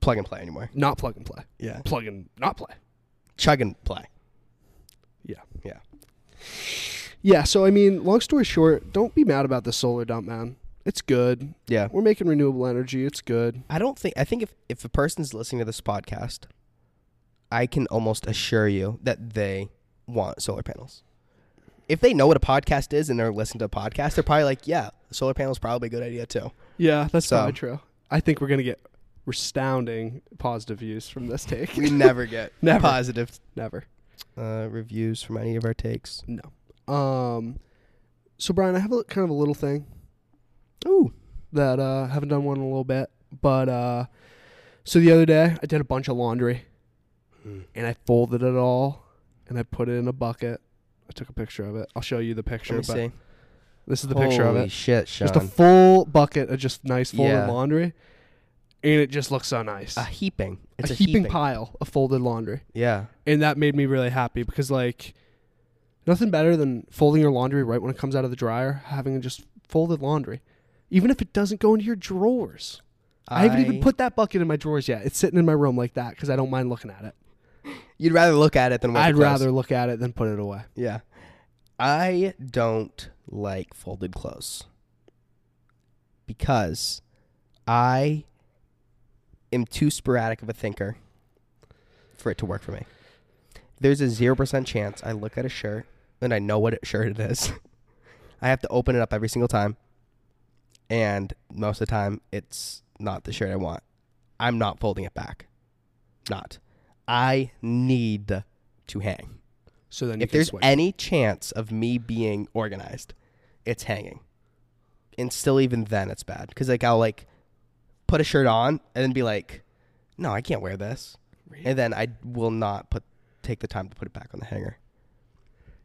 Speaker 1: plug and play anymore.
Speaker 2: Not plug and play.
Speaker 1: Yeah,
Speaker 2: Plug and not play.
Speaker 1: chug and play.
Speaker 2: Yeah.
Speaker 1: Yeah.
Speaker 2: Yeah. So I mean, long story short, don't be mad about the solar dump, man. It's good.
Speaker 1: Yeah.
Speaker 2: We're making renewable energy. It's good.
Speaker 1: I don't think I think if if a person's listening to this podcast, I can almost assure you that they want solar panels. If they know what a podcast is and they're listening to a podcast, they're probably like, "Yeah, solar panels probably a good idea too."
Speaker 2: Yeah, that's
Speaker 1: So-
Speaker 2: probably true. I think we're gonna get astounding positive views from this take.
Speaker 1: We never get
Speaker 2: Never.
Speaker 1: positive
Speaker 2: Never.
Speaker 1: uh, reviews from any of our takes.
Speaker 2: No. Um. So Brian, I have a kind of a little thing.
Speaker 1: Ooh,
Speaker 2: that uh haven't done one in a little bit. But uh so the other day I did a bunch of laundry and I folded it all and I put it in a bucket. I took a picture of it. I'll show you the picture,
Speaker 1: let me
Speaker 2: but
Speaker 1: see.
Speaker 2: This is the picture of
Speaker 1: Holy
Speaker 2: it.
Speaker 1: shit, Sean.
Speaker 2: Just a full bucket of just nice folded
Speaker 1: Yeah.
Speaker 2: laundry, and it just looks so nice.
Speaker 1: a heaping. It's
Speaker 2: a, heaping, pile of folded laundry,
Speaker 1: Yeah.
Speaker 2: and that made me really happy because like nothing better than folding your laundry right when it comes out of the dryer, having just folded laundry, even if it doesn't go into your drawers. I, haven't even put that bucket in my drawers yet. It's sitting in my room like that because I don't mind looking at it.
Speaker 1: You'd rather look at it than. wear the
Speaker 2: I'd
Speaker 1: clothes.
Speaker 2: rather look at it than put it away.
Speaker 1: Yeah. I don't like folded clothes because I am too sporadic of a thinker for it to work for me. There's a 0% chance I look at a shirt and I know what shirt it is. I have to open it up every single time. And most of the time, it's not the shirt I want. I'm not folding it back. Not. I need to hang
Speaker 2: So then you
Speaker 1: if
Speaker 2: can
Speaker 1: there's
Speaker 2: switch.
Speaker 1: any chance of me being organized, it's hanging. And still, even then, it's bad because like I'll like put a shirt on and then be like, "No, I can't wear this," and then I will not put take the time to put it back on the hanger.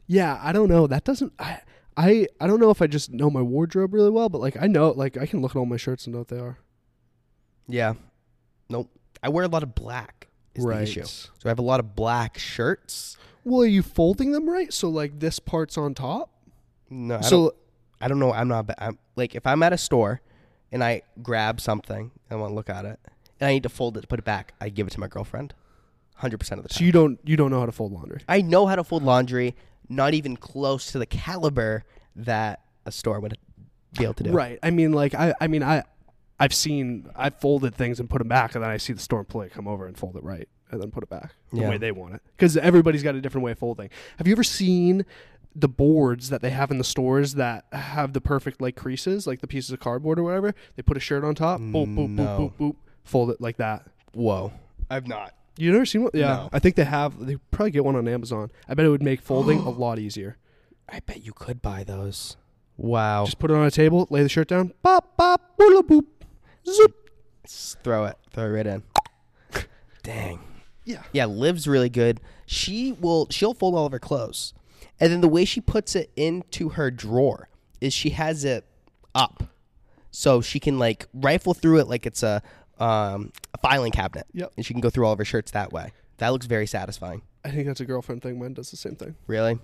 Speaker 2: Yeah, I don't know. That doesn't. I, I I don't know if I just know my wardrobe really well, but like I know, like I can look at all my shirts and know what they are.
Speaker 1: Yeah, nope. I wear a lot of black. Is the issue. So I have a lot of black shirts.
Speaker 2: Well, are you folding them right? So like this part's on top.
Speaker 1: No, I don't,
Speaker 2: so
Speaker 1: I don't know. I'm not. ba- I'm like if I'm at a store and I grab something and want to look at it and I need to fold it to put it back, I give it to my girlfriend. Hundred percent of the time.
Speaker 2: so you don't you don't know how to fold laundry.
Speaker 1: I know how to fold laundry, not even close to the caliber that a store would be able to do.
Speaker 2: Right. I mean, like I I mean I I've seen I folded things and put them back, and then I see the store employee come over and fold it right, and then put it back the
Speaker 1: Yeah.
Speaker 2: way they want it. Because everybody's got a different way of folding. Have you ever seen? the boards that they have in the stores that have the perfect like creases like the pieces of cardboard or whatever they put a shirt on top boop boop
Speaker 1: No.
Speaker 2: boop boop boop fold it like that
Speaker 1: Whoa. I've not.
Speaker 2: You never seen one? Yeah,
Speaker 1: No.
Speaker 2: I think they have. They probably get one on Amazon. I bet it would make folding a lot easier.
Speaker 1: I bet you could buy those. Wow.
Speaker 2: Just put it on a table, lay the shirt down, pop, pop, boop, boop, zoop.
Speaker 1: Just throw it. Throw it right in. Dang.
Speaker 2: Yeah.
Speaker 1: Yeah, Liv's really good. She will she'll fold all of her clothes. And then the way she puts it into her drawer is she has it up. So she can like rifle through it like it's a um, a filing cabinet.
Speaker 2: Yep.
Speaker 1: And she can go through all of her shirts that way. That looks very satisfying.
Speaker 2: I think that's a girlfriend thing. Mine does the same thing.
Speaker 1: Really?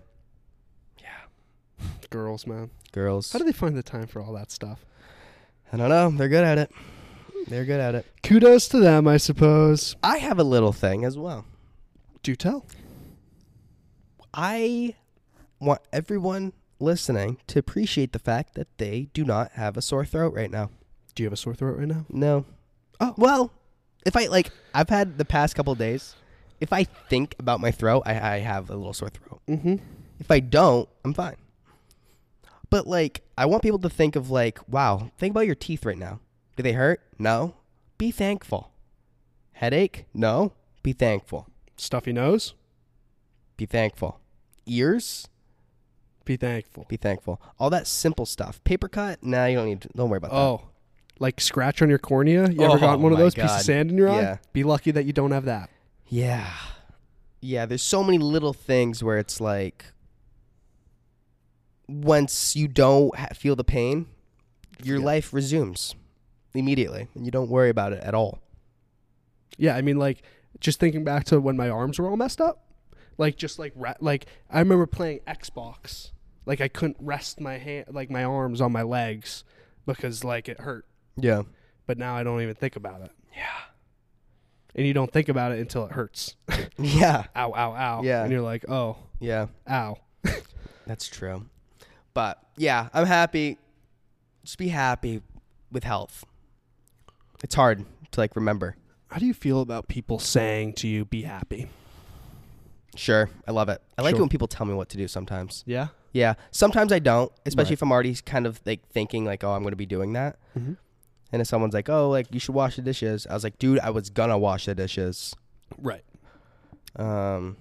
Speaker 2: Girls, man,
Speaker 1: Girls.
Speaker 2: how do they find the time for all that stuff?
Speaker 1: I don't know. They're good at it. They're good at it.
Speaker 2: Kudos to them, I suppose.
Speaker 1: I have a little thing as well.
Speaker 2: Do tell.
Speaker 1: I want everyone listening to appreciate the fact that they do not have a sore throat right now.
Speaker 2: Do you have a sore throat right now?
Speaker 1: No.
Speaker 2: Oh.
Speaker 1: Well, if I like, I've had the past couple days. If I think about my throat, I, I have a little sore throat.
Speaker 2: Mm-hmm.
Speaker 1: If I don't, I'm fine. But like, I want people to think of like, wow, think about your teeth right now. Do they hurt? No. Be thankful. Headache? No. Be thankful.
Speaker 2: Stuffy nose.
Speaker 1: Be thankful. Ears?
Speaker 2: Be thankful.
Speaker 1: Be thankful. All that simple stuff. Paper cut? Nah, you don't need. To, don't worry about that.
Speaker 2: Oh, like scratch on your cornea. You ever
Speaker 1: Oh,
Speaker 2: got one of
Speaker 1: my
Speaker 2: those? Piece
Speaker 1: God.
Speaker 2: of sand in your
Speaker 1: Yeah.
Speaker 2: eye. Be lucky that you don't have that.
Speaker 1: Yeah. Yeah, there's so many little things where it's like once you don't ha- feel the pain, your
Speaker 2: Yeah.
Speaker 1: life resumes immediately and you don't worry about it at all.
Speaker 2: Yeah, I mean, like just thinking back to when my arms were all messed up, like just like ra- like I remember playing Xbox, like I couldn't rest my hand like my arms on my legs because like it hurt.
Speaker 1: Yeah.
Speaker 2: But now I don't even think about it. Yeah. And you don't think about it until it hurts. ow,
Speaker 1: Yeah.
Speaker 2: ow, ow.
Speaker 1: Yeah.
Speaker 2: And you're like, oh,
Speaker 1: Yeah.
Speaker 2: ow.
Speaker 1: That's true. But yeah, I'm happy. Just be happy with health. It's hard to like remember.
Speaker 2: How do you feel about people saying to you, "Be happy"?
Speaker 1: Sure. I love it. I like it
Speaker 2: Sure.
Speaker 1: when people tell me what to do sometimes.
Speaker 2: Yeah.
Speaker 1: Yeah. Sometimes I don't, especially
Speaker 2: Right.
Speaker 1: if I'm already kind of like thinking like, oh, I'm gonna be doing that.
Speaker 2: Mhm.
Speaker 1: And if someone's like, oh, like you should wash the dishes, I was like, dude, I was gonna wash the dishes.
Speaker 2: Right.
Speaker 1: Um,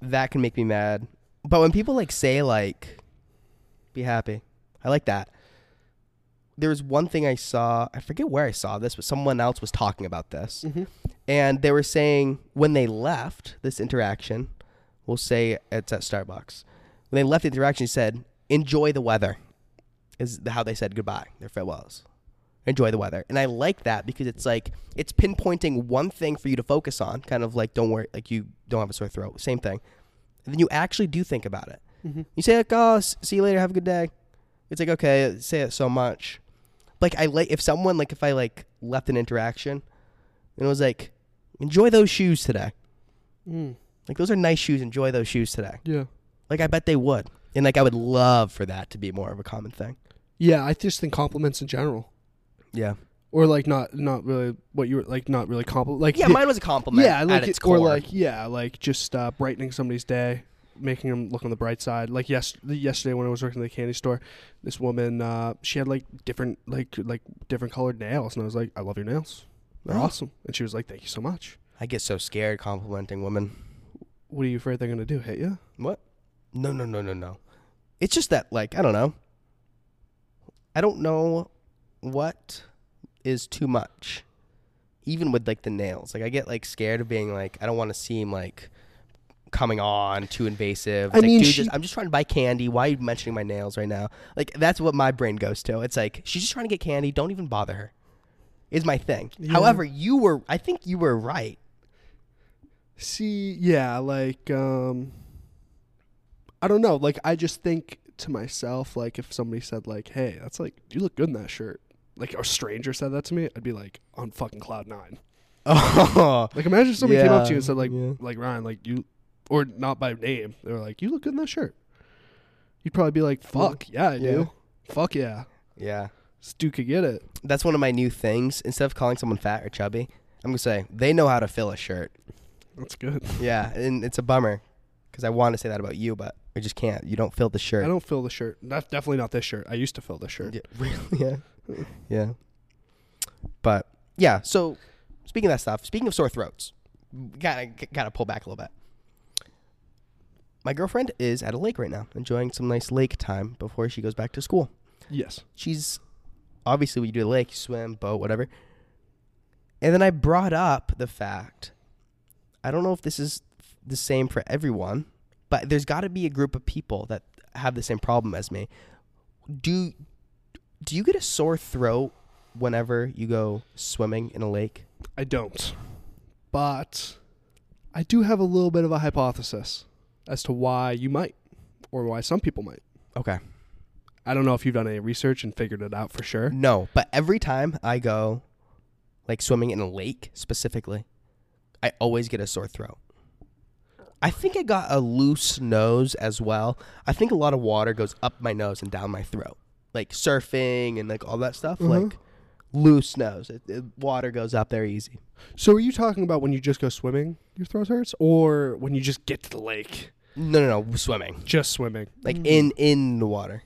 Speaker 1: that can make me mad. But when people like say like, be happy, I like that. There was one thing I saw. I forget where I saw this, but someone else was talking about this,
Speaker 2: Mhm.
Speaker 1: and they were saying when they left this interaction, we'll say it's at Starbucks. When they left the interaction, he said, enjoy the weather is how they said goodbye, their farewells. Enjoy the weather. And I like that because it's like it's pinpointing one thing for you to focus on, kind of like don't worry, like you don't have a sore throat, same thing. And then you actually do think about it. You say like, "Oh, s- see you later, have a good day." It's like, "Okay, say it so much." Like I like if someone like if I like left an interaction and it was like, "Enjoy those shoes today."
Speaker 2: Mm.
Speaker 1: Like those are nice shoes, enjoy those shoes today.
Speaker 2: Yeah.
Speaker 1: Like I bet they would. And like I would love for that to be more of a common thing.
Speaker 2: Yeah, I just think compliments in general.
Speaker 1: Yeah.
Speaker 2: Or like not not really what you were like not really compliment like
Speaker 1: Yeah, mine was a compliment.
Speaker 2: yeah, like
Speaker 1: at its
Speaker 2: it- or
Speaker 1: core.
Speaker 2: like yeah, like just uh, brightening somebody's day, making them look on the bright side. Like yes, yesterday when I was working at the candy store, this woman uh, she had like different like like different colored nails, and I was like, I love your nails, they're
Speaker 1: Oh.
Speaker 2: awesome. And she was like, Thank you so much.
Speaker 1: I get so scared complimenting women.
Speaker 2: What are you afraid they're gonna do? Hit you?
Speaker 1: What? No, no, no, no, no. It's just that like I don't know. I don't know what is too much. Even with like the nails. Like I get like scared of being like I don't want to seem like coming on too invasive. It's
Speaker 2: I
Speaker 1: like,
Speaker 2: mean,
Speaker 1: dude,
Speaker 2: she-
Speaker 1: just, I'm just trying to buy candy. Why are you mentioning my nails right now? Like that's what my brain goes to. It's like she's just trying to get candy. Don't even bother her. Is my thing.
Speaker 2: Yeah.
Speaker 1: However, you were I think you were right.
Speaker 2: See, yeah, like um, I don't know. Like I just think to myself, like if somebody said like, Hey, that's like you look good in that shirt. Like a stranger said that to me, I'd be like on fucking cloud nine.
Speaker 1: Oh,
Speaker 2: Like imagine somebody came up to you
Speaker 1: Yeah,
Speaker 2: and said like
Speaker 1: yeah.
Speaker 2: like Ryan like you or not by name they were like you look good in that shirt. You'd probably be like fuck yeah I do fuck yeah
Speaker 1: yeah.
Speaker 2: this dude could get it.
Speaker 1: that's one of my new things. Instead of calling someone fat or chubby, I'm gonna say they know how to fill a shirt.
Speaker 2: That's good.
Speaker 1: Yeah, and it's a bummer because I want to say that about you, but I just can't. You don't fill the
Speaker 2: I
Speaker 1: shirt.
Speaker 2: don't fill the shirt. That's definitely not this shirt. I used to fill this shirt.
Speaker 1: Yeah, really? Yeah, yeah. But yeah. So speaking of that stuff, speaking of sore throats, gotta gotta pull back a little bit. My girlfriend is at a lake right now, enjoying some nice lake time before she goes back to school.
Speaker 2: Yes.
Speaker 1: she's obviously when you do the lake, you swim, boat, whatever. And then I brought up the fact I don't know if this is the same for everyone, but there's got to be a group of people that have the same problem as me. Do do you get a sore throat whenever you go swimming in a lake?
Speaker 2: I don't. But I do have a little bit of a hypothesis as to why you might or why some people might.
Speaker 1: Okay.
Speaker 2: I don't know if you've done any research and figured it out for sure.
Speaker 1: No, but every time I go like swimming in a lake specifically, I always get a sore throat. I think I got a loose nose as well. I think a lot of water goes up my nose and down my throat. Like surfing and like all that stuff,
Speaker 2: Mhm.
Speaker 1: like loose nose. It, it- water goes up there easy.
Speaker 2: So are you talking about when you just go swimming, your throat hurts, or when you just get to the lake?
Speaker 1: No, no, no, swimming.
Speaker 2: Just swimming.
Speaker 1: Like in in the water.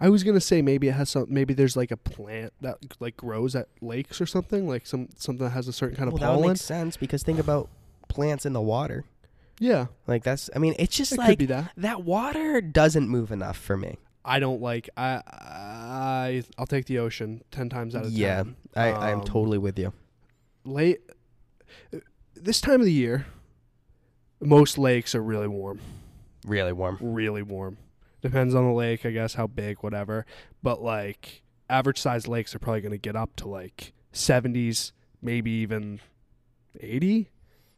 Speaker 2: I was gonna say maybe it has some. Maybe there's like a plant that like grows at lakes or something, like some something that has a certain kind of
Speaker 1: Well, Oh, that would
Speaker 2: pollen.
Speaker 1: make sense because think about plants in the water.
Speaker 2: yeah,
Speaker 1: Like that's I mean, it's just
Speaker 2: it could
Speaker 1: like
Speaker 2: be that.
Speaker 1: that water doesn't move enough for me.
Speaker 2: I don't like. I, I I'll take the ocean ten times out of
Speaker 1: Yeah,
Speaker 2: ten.
Speaker 1: I, I'm
Speaker 2: Um,
Speaker 1: totally with you.
Speaker 2: Late this time of the year, most lakes are really warm.
Speaker 1: Really warm.
Speaker 2: Really warm. Depends on the lake, I guess, how big, whatever. But like average sized lakes are probably gonna get up to like seventies, maybe even eighty.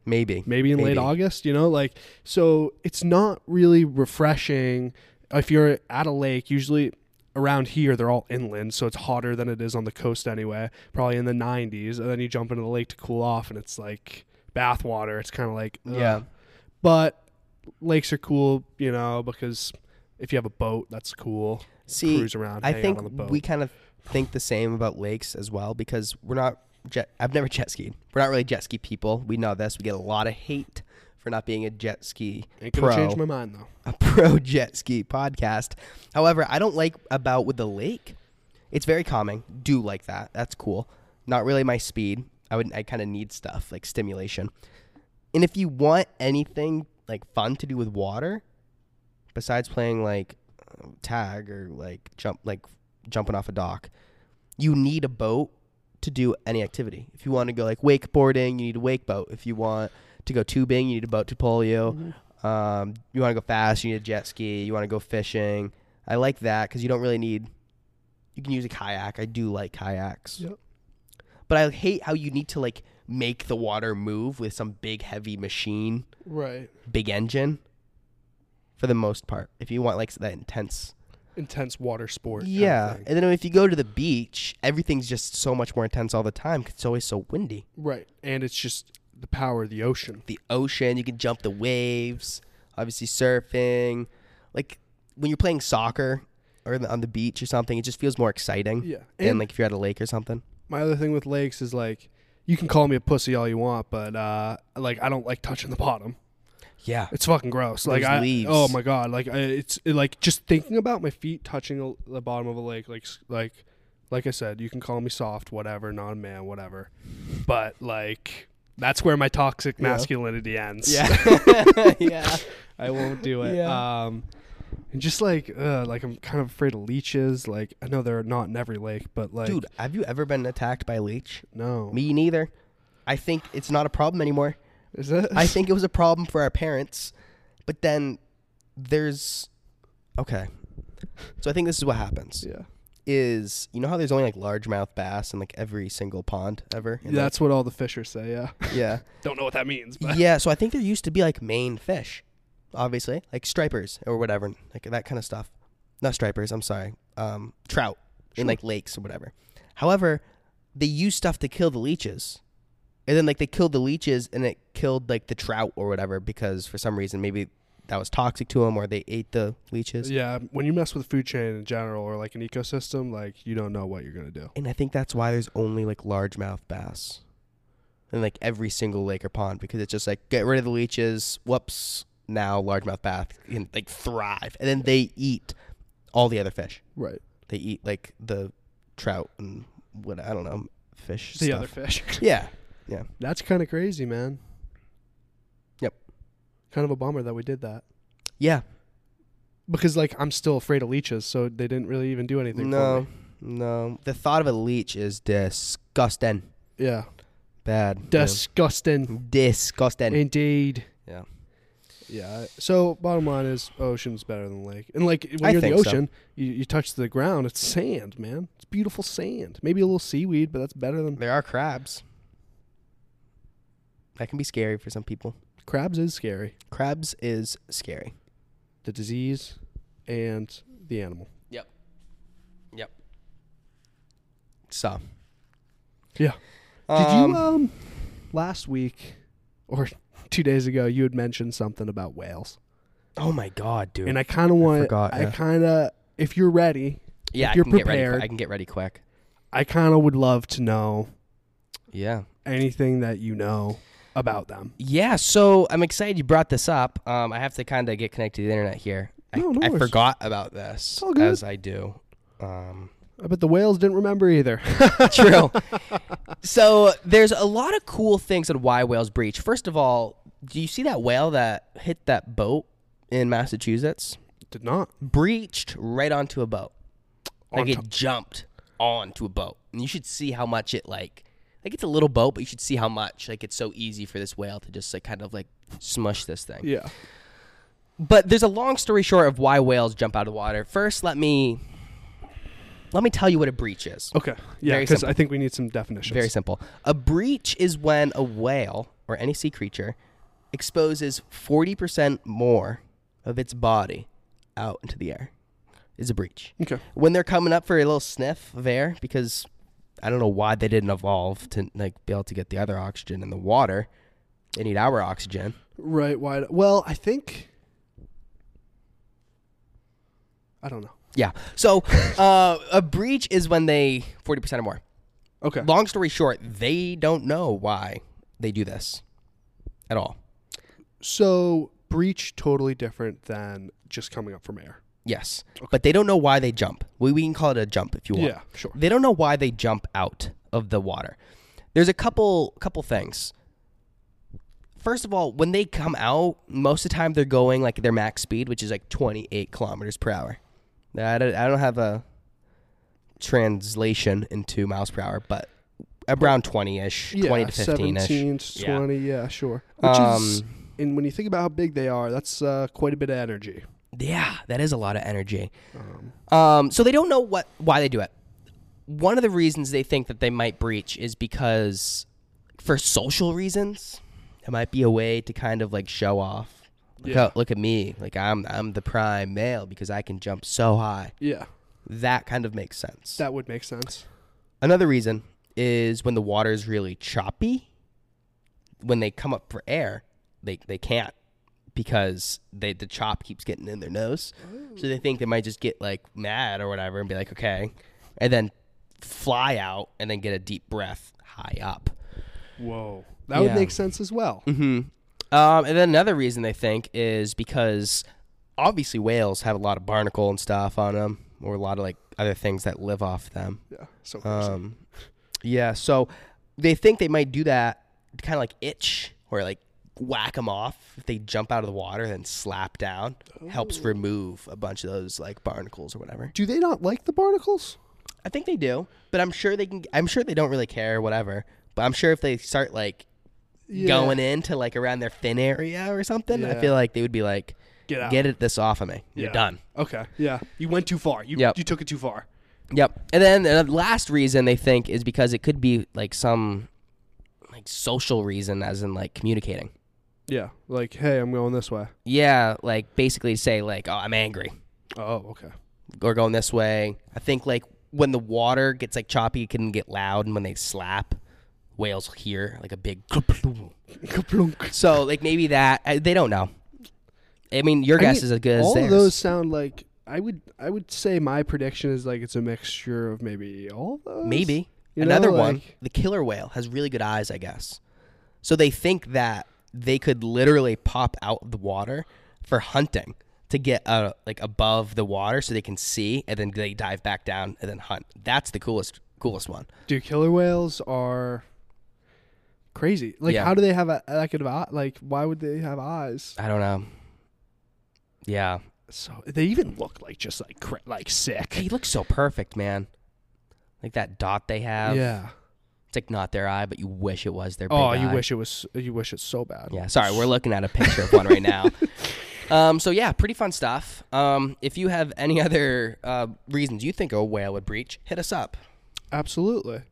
Speaker 1: Maybe.
Speaker 2: maybe in late
Speaker 1: Maybe.
Speaker 2: August, you know, like so it's not really refreshing if you're at a lake, usually around here they're all inland, so it's hotter than it is on the coast anyway, probably in the 90s, and then you jump into the lake to cool off and it's like bath water. It's kind of like ugh.
Speaker 1: Yeah.
Speaker 2: But lakes are cool, you know, because if you have a boat, that's cool.
Speaker 1: See,
Speaker 2: Cruise around,
Speaker 1: I
Speaker 2: hang out
Speaker 1: think
Speaker 2: on the boat.
Speaker 1: we kind of think the same about lakes as well because we're not. Jet, I've never jet skied. We're not really jet ski people. We know this. We get a lot of hate for not being a jet ski
Speaker 2: Ain't gonna
Speaker 1: pro,
Speaker 2: change my mind though.
Speaker 1: a pro jet ski podcast. However, I don't like about with the lake. It's very calming. Do like that. That's cool. Not really my speed. I would. I kind of need stuff like stimulation. And if you want anything like fun to do with water, besides playing like uh, tag or like jump like jumping off a dock, you need a boat to do any activity. If you want to go like wakeboarding, you need a wake boat. If you want to go tubing, you need a boat to pull you. Um, you want to go fast, you need a jet ski, you want to go fishing. I like that because you don't really need. You can use a kayak. I do like kayaks,
Speaker 2: Yep.
Speaker 1: but I hate how you need to like make the water move with some big heavy machine,
Speaker 2: Right.
Speaker 1: big engine. For the most part, if you want like that intense,
Speaker 2: Intense water sport. kind of
Speaker 1: yeah.
Speaker 2: thing.
Speaker 1: And then if you go to the beach, everything's just so much more intense all the time 'cause it's always so windy.
Speaker 2: Right. And it's just the power of the ocean.
Speaker 1: the ocean. You can jump the waves. Obviously, surfing. Like when you're playing soccer or on the- on the beach or something, it just feels more exciting.
Speaker 2: Yeah.
Speaker 1: And,
Speaker 2: And-
Speaker 1: like if you're at a lake or something.
Speaker 2: My other thing with lakes is like, you can call me a pussy all you want, but uh, like I don't like touching the bottom.
Speaker 1: Yeah.
Speaker 2: It's fucking gross. Like
Speaker 1: Those
Speaker 2: I,
Speaker 1: leaves.
Speaker 2: oh my god, like I, it's it, like just thinking about my feet touching the- the bottom of a lake, like s- like like I said, you can call me soft, whatever, not a man, whatever, but like that's where my toxic
Speaker 1: Yeah.
Speaker 2: masculinity ends.
Speaker 1: Yeah. yeah.
Speaker 2: I won't do it.
Speaker 1: Yeah.
Speaker 2: Um, and just like uh, like I'm kind of afraid of leeches. Like I know they're not in every lake, but like
Speaker 1: Dude, have you ever been attacked by a leech?
Speaker 2: no,
Speaker 1: Me neither. I think it's not a problem anymore.
Speaker 2: is it?
Speaker 1: I think it was a problem for our parents, but then there's okay. So I think this is what happens.
Speaker 2: yeah.
Speaker 1: Is you know how there's only like largemouth bass in like every single pond ever? in, like,
Speaker 2: That's what all the fishers say. Yeah.
Speaker 1: yeah.
Speaker 2: Don't know what that means, but
Speaker 1: Yeah, so I think there used to be like main fish, obviously, like stripers or whatever, like that kind of stuff. Not stripers, I'm sorry. Um, trout in
Speaker 2: Sure.
Speaker 1: like lakes or whatever. However, they use stuff to kill the leeches. And then like they killed the leeches and it killed like the trout or whatever because for some reason maybe that was toxic to them or they ate the leeches.
Speaker 2: Yeah, when you mess with food chain in general or like an ecosystem, like you don't know what you're gonna do.
Speaker 1: And I think that's why there's only like largemouth bass in like every single lake or pond because it's just like get rid of the leeches. Whoops, now largemouth bass can like thrive, and then they eat all the other fish.
Speaker 2: Right.
Speaker 1: They eat like the trout and what I don't know fish
Speaker 2: The
Speaker 1: stuff.
Speaker 2: other fish.
Speaker 1: yeah,
Speaker 2: That's kind of crazy, man.
Speaker 1: Yep.
Speaker 2: Kind of a bummer that we did that
Speaker 1: yeah.
Speaker 2: because like I'm still afraid of leeches, so they didn't really even do anything.
Speaker 1: No,
Speaker 2: For
Speaker 1: no. The thought of a leech is disgusting.
Speaker 2: me. Yeah.
Speaker 1: Bad. Yeah.
Speaker 2: Disgusting.
Speaker 1: Disgusting.
Speaker 2: Indeed.
Speaker 1: Yeah.
Speaker 2: Yeah. So bottom line is ocean's better than lake. And like when
Speaker 1: I
Speaker 2: you're in the
Speaker 1: think so.
Speaker 2: ocean, you, you touch the ground, it's sand, man. It's beautiful sand. Maybe a little seaweed, but that's better than
Speaker 1: there are crabs. That can be scary for some people.
Speaker 2: crabs is scary.
Speaker 1: Crabs is scary.
Speaker 2: the disease and the animal.
Speaker 1: So,
Speaker 2: Yeah. Did
Speaker 1: Um,
Speaker 2: you um last week or two days ago you had mentioned something about whales,
Speaker 1: oh my god, dude!
Speaker 2: and I kind of want. I,
Speaker 1: forgot, yeah.
Speaker 2: kind of, if you're ready,
Speaker 1: yeah,
Speaker 2: if
Speaker 1: I
Speaker 2: you're
Speaker 1: can get ready.
Speaker 2: prepared-
Speaker 1: Quick. I can get ready quick.
Speaker 2: I kind of would love to know
Speaker 1: Yeah,
Speaker 2: anything that you know about them.
Speaker 1: yeah. So I'm excited you brought this up. Um, I have to kind of get connected to the internet here. I,
Speaker 2: No, no
Speaker 1: I
Speaker 2: worries.
Speaker 1: forgot about this
Speaker 2: all good.
Speaker 1: as I do. Um,
Speaker 2: I bet the whales didn't remember either.
Speaker 1: true. so there's a lot of cool things on why whales breach. First of all, do you see that whale that hit that boat in Massachusetts?
Speaker 2: Did not.
Speaker 1: Breached right onto a boat.
Speaker 2: On
Speaker 1: like it jumped onto a boat and you should see how much it like like it's a little boat but you should see how much like it's so easy for this whale to just like kind of like smush this thing
Speaker 2: Yeah.
Speaker 1: but there's a long story short of why whales jump out of the water first let me let me tell you what a breach is
Speaker 2: Okay. Yeah.
Speaker 1: Very
Speaker 2: Because
Speaker 1: simple.
Speaker 2: I think we need some definitions.
Speaker 1: very simple a breach is when a whale or any sea creature exposes 40% more of its body out into the air is a breach
Speaker 2: okay.
Speaker 1: when they're coming up for a little sniff of air because I don't know why they didn't evolve to like be able to get the other oxygen in the water. They need our oxygen.
Speaker 2: Right. Wide. Well, I think. I don't know.
Speaker 1: Yeah. So uh, a breach is when they forty percent or more.
Speaker 2: Okay.
Speaker 1: Long story short, they don't know why they do this at all.
Speaker 2: So breach totally different than just coming up from air.
Speaker 1: Yes, but they don't know why they jump. We we can call it a jump if you want.
Speaker 2: Yeah, sure.
Speaker 1: They don't know why they jump out of the water. There's a couple couple things. First of all, when they come out, most of the time they're going like their max speed, which is like 28 kilometers per hour. I don't, I don't have a translation into miles per hour, but around 20 ish, 20 to 15 ish.
Speaker 2: seventeen to
Speaker 1: Yeah.
Speaker 2: twenty. Yeah, sure. Which is
Speaker 1: Um,
Speaker 2: and when you think about how big they are, that's uh, quite a bit of energy.
Speaker 1: Yeah, that is a lot of energy. Um, so they don't know what why they do it. One of the reasons they think that they might breach is because, for social reasons, it might be a way to kind of like show off. Look,
Speaker 2: Yeah.
Speaker 1: out, look at me, like I'm I'm the prime male because I can jump so high.
Speaker 2: Yeah,
Speaker 1: That kind of makes sense.
Speaker 2: that would make sense.
Speaker 1: Another reason is when the water's really choppy, when they come up for air, they, they can't because they the chop keeps getting in their nose. So they think they might just get like mad or whatever and be like, okay. And then fly out and then get a deep breath high up.
Speaker 2: Whoa, Mm. that
Speaker 1: Yeah.
Speaker 2: would make sense as well.
Speaker 1: hmm Um, and then another reason they think is because obviously whales have a lot of barnacle and stuff on them or a lot of like other things that live off them.
Speaker 2: Yeah, so crazy.
Speaker 1: Um, yeah, so they think they might do that to kind of like itch or like whack them off if they jump out of the water then slap down. Helps remove a bunch of those like barnacles or whatever.
Speaker 2: do they not like the barnacles?
Speaker 1: I think they do, but I'm sure they can. I'm sure they don't really care, whatever. But I'm sure if they start like
Speaker 2: Yeah.
Speaker 1: going into like around their fin area or something, I
Speaker 2: Yeah.
Speaker 1: feel like they would be like,
Speaker 2: Get out.
Speaker 1: get it this off of me. You're
Speaker 2: Yeah.
Speaker 1: done."
Speaker 2: Okay. Yeah, you went too far. You
Speaker 1: Yep.
Speaker 2: you took it too far.
Speaker 1: Yep. And then the last reason they think is because it could be like some like social reason as in like communicating.
Speaker 2: Yeah, like hey, I'm going this way.
Speaker 1: Yeah, like basically say like, "Oh, I'm angry."
Speaker 2: Oh, okay.
Speaker 1: Or going this way. I think like when the water gets like choppy, it can get loud and when they slap, whales hear like a big
Speaker 2: Kaplunk.
Speaker 1: So, like maybe that I, they don't know. I mean, your guess
Speaker 2: mean,
Speaker 1: is as good as
Speaker 2: all
Speaker 1: theirs.
Speaker 2: of those sound like I would I would say my prediction is like it's a mixture of maybe all of those.
Speaker 1: Maybe.
Speaker 2: You know,
Speaker 1: Another one,
Speaker 2: like-
Speaker 1: the killer whale has really good eyes, I guess. So they think that they could literally pop out of the water for hunting to get uh, like above the water so they can see and then they dive back down and then hunt. That's the coolest coolest one.
Speaker 2: Dude, killer whales are crazy. Like,
Speaker 1: Yeah.
Speaker 2: how do they have a that kind of eye? Like, why would they have eyes?
Speaker 1: I don't know. Yeah.
Speaker 2: So they even look like just like cra- like sick.
Speaker 1: He looks so perfect, man. Like that dot they have.
Speaker 2: yeah.
Speaker 1: It's like not their eye, but you wish it was their big
Speaker 2: Oh, you
Speaker 1: eye.
Speaker 2: wish it was. You wish it so bad.
Speaker 1: Yeah, sorry, we're looking at a picture of one right now. Um, so yeah, pretty fun stuff. Um, if you have any other uh, reasons you think a whale would breach, hit us up.
Speaker 2: Absolutely.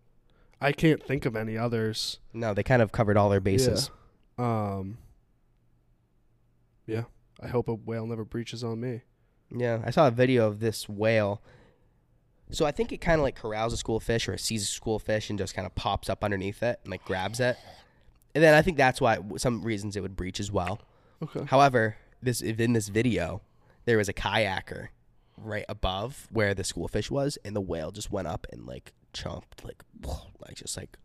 Speaker 2: I can't think of any others.
Speaker 1: No, they kind of covered all their bases.
Speaker 2: Yeah. Um. Yeah. I hope a whale never breaches on me.
Speaker 1: Yeah. I saw a video of this whale. So I think it kind of like corrals a school of fish or it sees a school of fish and just kind of pops up underneath it and like grabs it. And then I think that's why some reasons it would breach as well.
Speaker 2: Okay.
Speaker 1: However, this in this video, there was a kayaker right above where the school fish was, and the whale just went up and like chomped, like like just like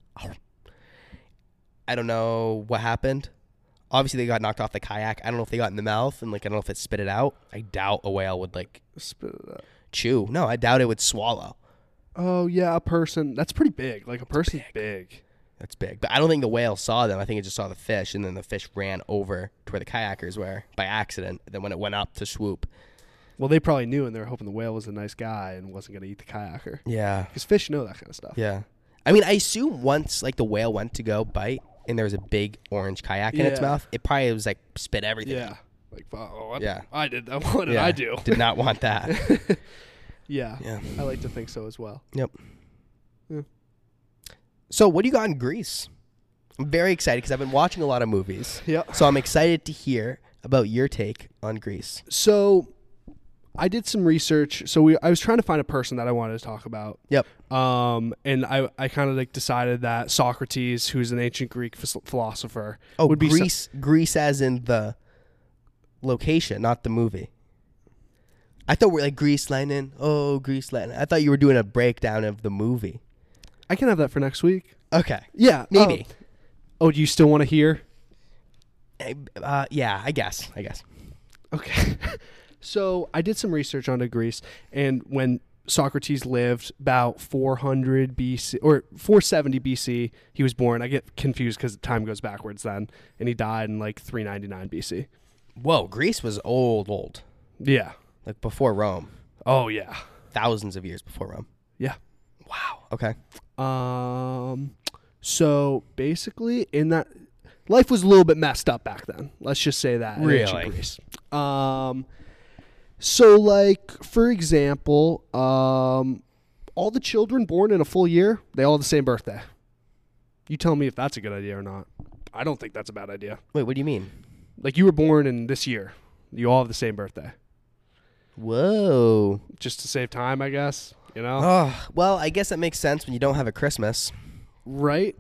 Speaker 1: I don't know what happened. Obviously, they got knocked off the kayak. I don't know if they got in the mouth, and like I don't know if it spit it out. I doubt a whale would like
Speaker 2: Spit it out.
Speaker 1: chew. No, I doubt it would swallow.
Speaker 2: Oh yeah, a person. That's pretty big. Like a person big.
Speaker 1: That's big, but I don't think the whale saw them. I think it just saw the fish, and then the fish ran over to where the kayakers were by accident. Then when it went up to swoop,
Speaker 2: Well, they probably knew, and they were hoping the whale was a nice guy and wasn't gonna eat the kayaker.
Speaker 1: yeah,
Speaker 2: Because fish know that kind of stuff.
Speaker 1: Yeah. I mean, I assume once like the whale went to go bite and there was a big orange kayak in its
Speaker 2: Yeah.
Speaker 1: mouth, it probably was like spit everything.
Speaker 2: Yeah. Like, oh, what?
Speaker 1: Yeah.
Speaker 2: I did that. What did
Speaker 1: Yeah.
Speaker 2: I do?
Speaker 1: Did not want that.
Speaker 2: yeah.
Speaker 1: yeah.
Speaker 2: I like to think so as well.
Speaker 1: Yep.
Speaker 2: Yeah.
Speaker 1: So, what do you got in Greece? I'm very excited because I've been watching a lot of movies.
Speaker 2: Yeah.
Speaker 1: So, I'm excited to hear about your take on Greece.
Speaker 2: So I did some research. So we, I was trying to find a person that I wanted to talk about.
Speaker 1: Yep.
Speaker 2: Um, and I, I kind of like decided that Socrates, who's an ancient Greek phys- philosopher,
Speaker 1: Oh,
Speaker 2: would be so-
Speaker 1: Greece, Greece as in the location, not the movie. I thought we're like Greece Lightning. Oh, Greece Lightning. I thought you were doing a breakdown of the movie.
Speaker 2: I can have that for next week.
Speaker 1: Okay.
Speaker 2: Yeah,
Speaker 1: Maybe.
Speaker 2: um, oh, do you still want to hear?
Speaker 1: Uh, yeah, I guess. I guess.
Speaker 2: Okay. so I did some research onto Greece, and when Socrates lived about 400 BC or 470 BC, he was born. I get confused because time goes backwards then, and he died in like 399 BC.
Speaker 1: Whoa, Greece was old, old.
Speaker 2: Yeah.
Speaker 1: Like before Rome.
Speaker 2: Oh yeah.
Speaker 1: Thousands of years before Rome.
Speaker 2: Yeah.
Speaker 1: Wow. Okay.
Speaker 2: Um. So basically, in that, life was a little bit messed up back then. Let's just say that. in ancient
Speaker 1: Really?
Speaker 2: Greece. Um, so, like for example, um, all the children born in a full year, they all have the same birthday. You tell me if that's a good idea or not. I don't think that's a bad idea.
Speaker 1: Wait, what do you mean?
Speaker 2: Like you were born in this year, you all have the same birthday,
Speaker 1: Whoa.
Speaker 2: just to save time, I guess. You know,
Speaker 1: Oh, well, I guess that makes sense when you don't have a Christmas
Speaker 2: right?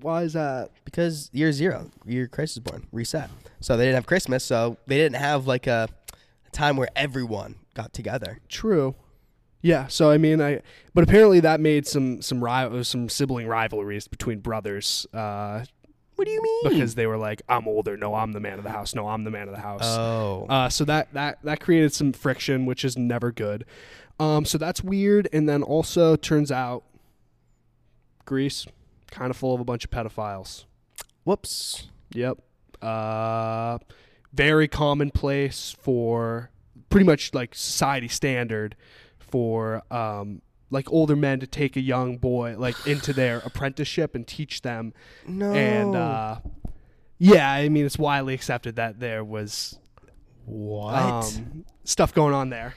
Speaker 2: Why is that?
Speaker 1: because year zero, year Christ is born, reset. So they didn't have Christmas, so they didn't have like a, a time where everyone got together.
Speaker 2: True. Yeah, so I mean, I but apparently that made some some rival some sibling rivalries between brothers uh,
Speaker 1: What do you mean?
Speaker 2: because they were like, "I'm older, no, I'm the man of the house, no, I'm the man of the house."
Speaker 1: oh,
Speaker 2: Uh, so that that that created some friction, which is never good. Um, so that's weird. And then also turns out, Greece, kind of full of a bunch of pedophiles.
Speaker 1: whoops.
Speaker 2: Yep. Uh, very commonplace for pretty much like society standard for um, like older men to take a young boy like into their apprenticeship and teach them.
Speaker 1: No.
Speaker 2: And uh, yeah, I mean it's widely accepted that there was
Speaker 1: what?
Speaker 2: um, stuff going on there.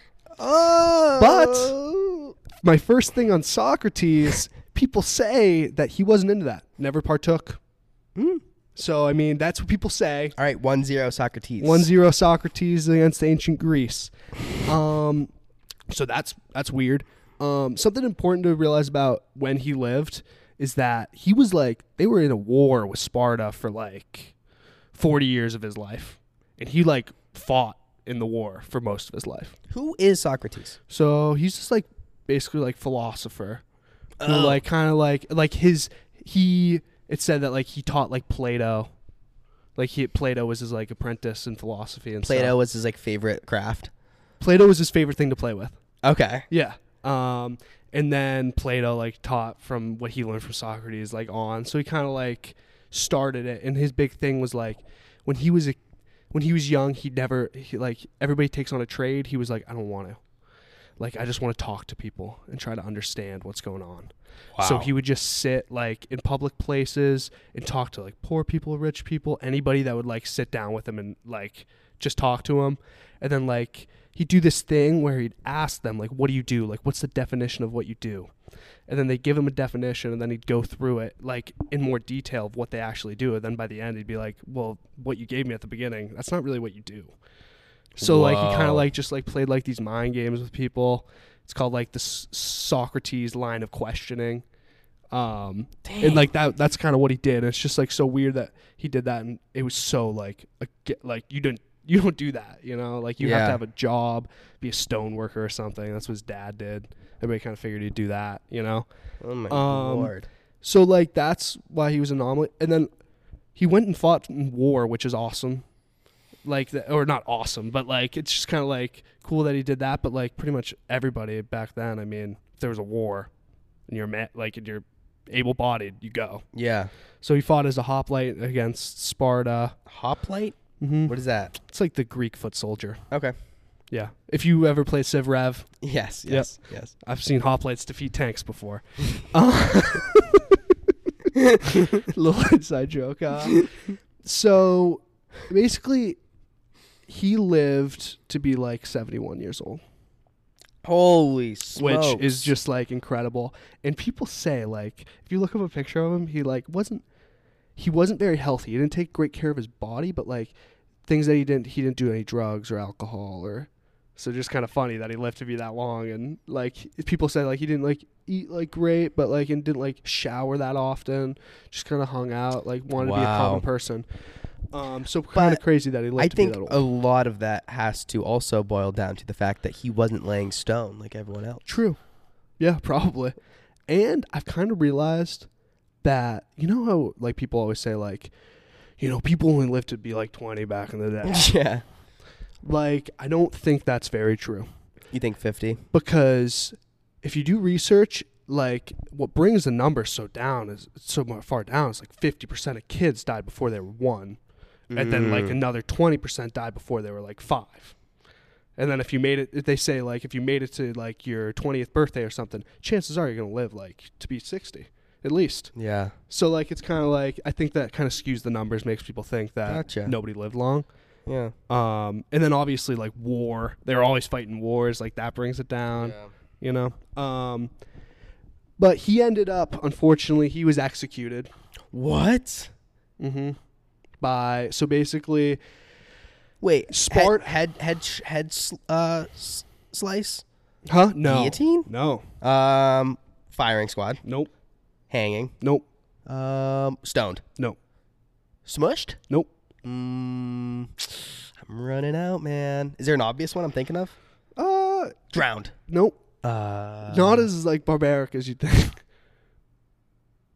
Speaker 1: oh,
Speaker 2: My first thing on Socrates, people say that he wasn't into that, never partook.
Speaker 1: Hmm.
Speaker 2: So I mean that's what people say.
Speaker 1: all right, one zero Socrates.
Speaker 2: One zero Socrates against ancient Greece. Um, so that's that's weird. Um, something important to realize about when he lived is that he was like they were in a war with Sparta for like forty years of his life, and he like fought in the war for most of his life.
Speaker 1: Who is Socrates?
Speaker 2: So he's just like basically like philosopher, who
Speaker 1: Oh.
Speaker 2: like kind of like like his he. It said that like he taught like Plato, like he Plato was his like apprentice in philosophy and stuff.
Speaker 1: Plato was his like favorite craft.
Speaker 2: Plato was his favorite thing to play with.
Speaker 1: Okay.
Speaker 2: Yeah. Um, and then Plato like taught from what he learned from Socrates like on. So he kind of like started it, and his big thing was like when he was a when he was young, he never he, like everybody takes on a trade. He was like, I don't want to. Like I just want to talk to people and try to understand what's going on. So
Speaker 1: Wow.
Speaker 2: he would just sit like in public places and talk to like poor people, rich people, anybody that would like sit down with him and like just talk to him. And then like he'd do this thing where he'd ask them like, "What do you do? Like, what's the definition of what you do?" And then they give him a definition, and then he'd go through it like in more detail of what they actually do. And then by the end, he'd be like, "Well, what you gave me at the beginning, that's not really what you do." So like he kind
Speaker 1: Wow.
Speaker 2: of like just like played like these mind games with people. It's called like the S- Socrates line of questioning. Um, and like that that's kind of what he did. And it's just like so weird that he did that and it was so like a, ge- like you didn't you don't do that, you know? Like you have
Speaker 1: Yeah.
Speaker 2: to have a job, be a stone worker or something. That's what his dad did. Everybody kind of figured he'd do that, you know?
Speaker 1: Oh my
Speaker 2: Um,
Speaker 1: lord.
Speaker 2: So like that's why he was an anomaly. And then he went and fought in war, which is awesome. Like the, or not awesome, but like it's just kind of like cool that he did that. But like pretty much everybody back then, I mean, if there was a war, and you're ma- like and you're able-bodied, you go.
Speaker 1: Yeah.
Speaker 2: So he fought as a hoplite against Sparta.
Speaker 1: Hoplite?
Speaker 2: Mm-hmm.
Speaker 1: What is that?
Speaker 2: It's like the Greek foot soldier.
Speaker 1: Okay.
Speaker 2: Yeah. If you ever play Civ Rev,
Speaker 1: Yes,
Speaker 2: Yep.
Speaker 1: yes, yes.
Speaker 2: I've seen hoplites defeat tanks before. Uh, little inside joke. Uh, so basically, he lived to be like 71 years old,
Speaker 1: Holy
Speaker 2: which
Speaker 1: smokes.
Speaker 2: is just like incredible. And people say like, if you look up a picture of him, he like wasn't he wasn't very healthy. He didn't take great care of his body, but like things that he didn't he didn't do any drugs or alcohol or so just kind of funny that he lived to be that long and like people said like he didn't like eat like great but like and didn't like shower that often just kind of hung out like wanted to be a
Speaker 1: Wow.
Speaker 2: common person um so kind of
Speaker 1: But
Speaker 2: crazy that he lived
Speaker 1: I
Speaker 2: to
Speaker 1: think
Speaker 2: be that old
Speaker 1: a lot of that has to also boil down to the fact that he wasn't laying stone like everyone else.
Speaker 2: true yeah probably and i've kind of realized that you know how like people always say like you know people only lived to be like 20 back in the day
Speaker 1: yeah.
Speaker 2: like i don't think that's very true
Speaker 1: You think 50?
Speaker 2: because if you do research, like what brings the number so down is so mu- far down is like fifty percent of kids died before they were one, and then
Speaker 1: Mm.
Speaker 2: like another twenty percent died before they were like five. And then if you made it, they say like if you made it to like your twentieth birthday or something, chances are you're gonna live like to be sixty. at least.
Speaker 1: Yeah.
Speaker 2: So like it's kind of like I think that kind of skews the numbers, makes people think that
Speaker 1: Gotcha.
Speaker 2: nobody lived long.
Speaker 1: Yeah.
Speaker 2: Um, and then obviously like war, they're always fighting wars, like that brings it down, you know. Um, but he ended up, unfortunately, he was executed.
Speaker 1: What?
Speaker 2: Mm-hmm. By so basically,
Speaker 1: Wait.
Speaker 2: Spart-
Speaker 1: head head head, sh- head sl- uh s- slice.
Speaker 2: huh? No,
Speaker 1: Guillotine?
Speaker 2: no,
Speaker 1: Um, firing squad,
Speaker 2: nope,
Speaker 1: hanging,
Speaker 2: nope,
Speaker 1: um, stoned,
Speaker 2: nope,
Speaker 1: smushed.
Speaker 2: nope.
Speaker 1: Mm, I'm running out, man. Is there an obvious one I'm thinking of?
Speaker 2: Uh,
Speaker 1: Drowned.
Speaker 2: nope.
Speaker 1: Uh,
Speaker 2: Not as like barbaric as you think.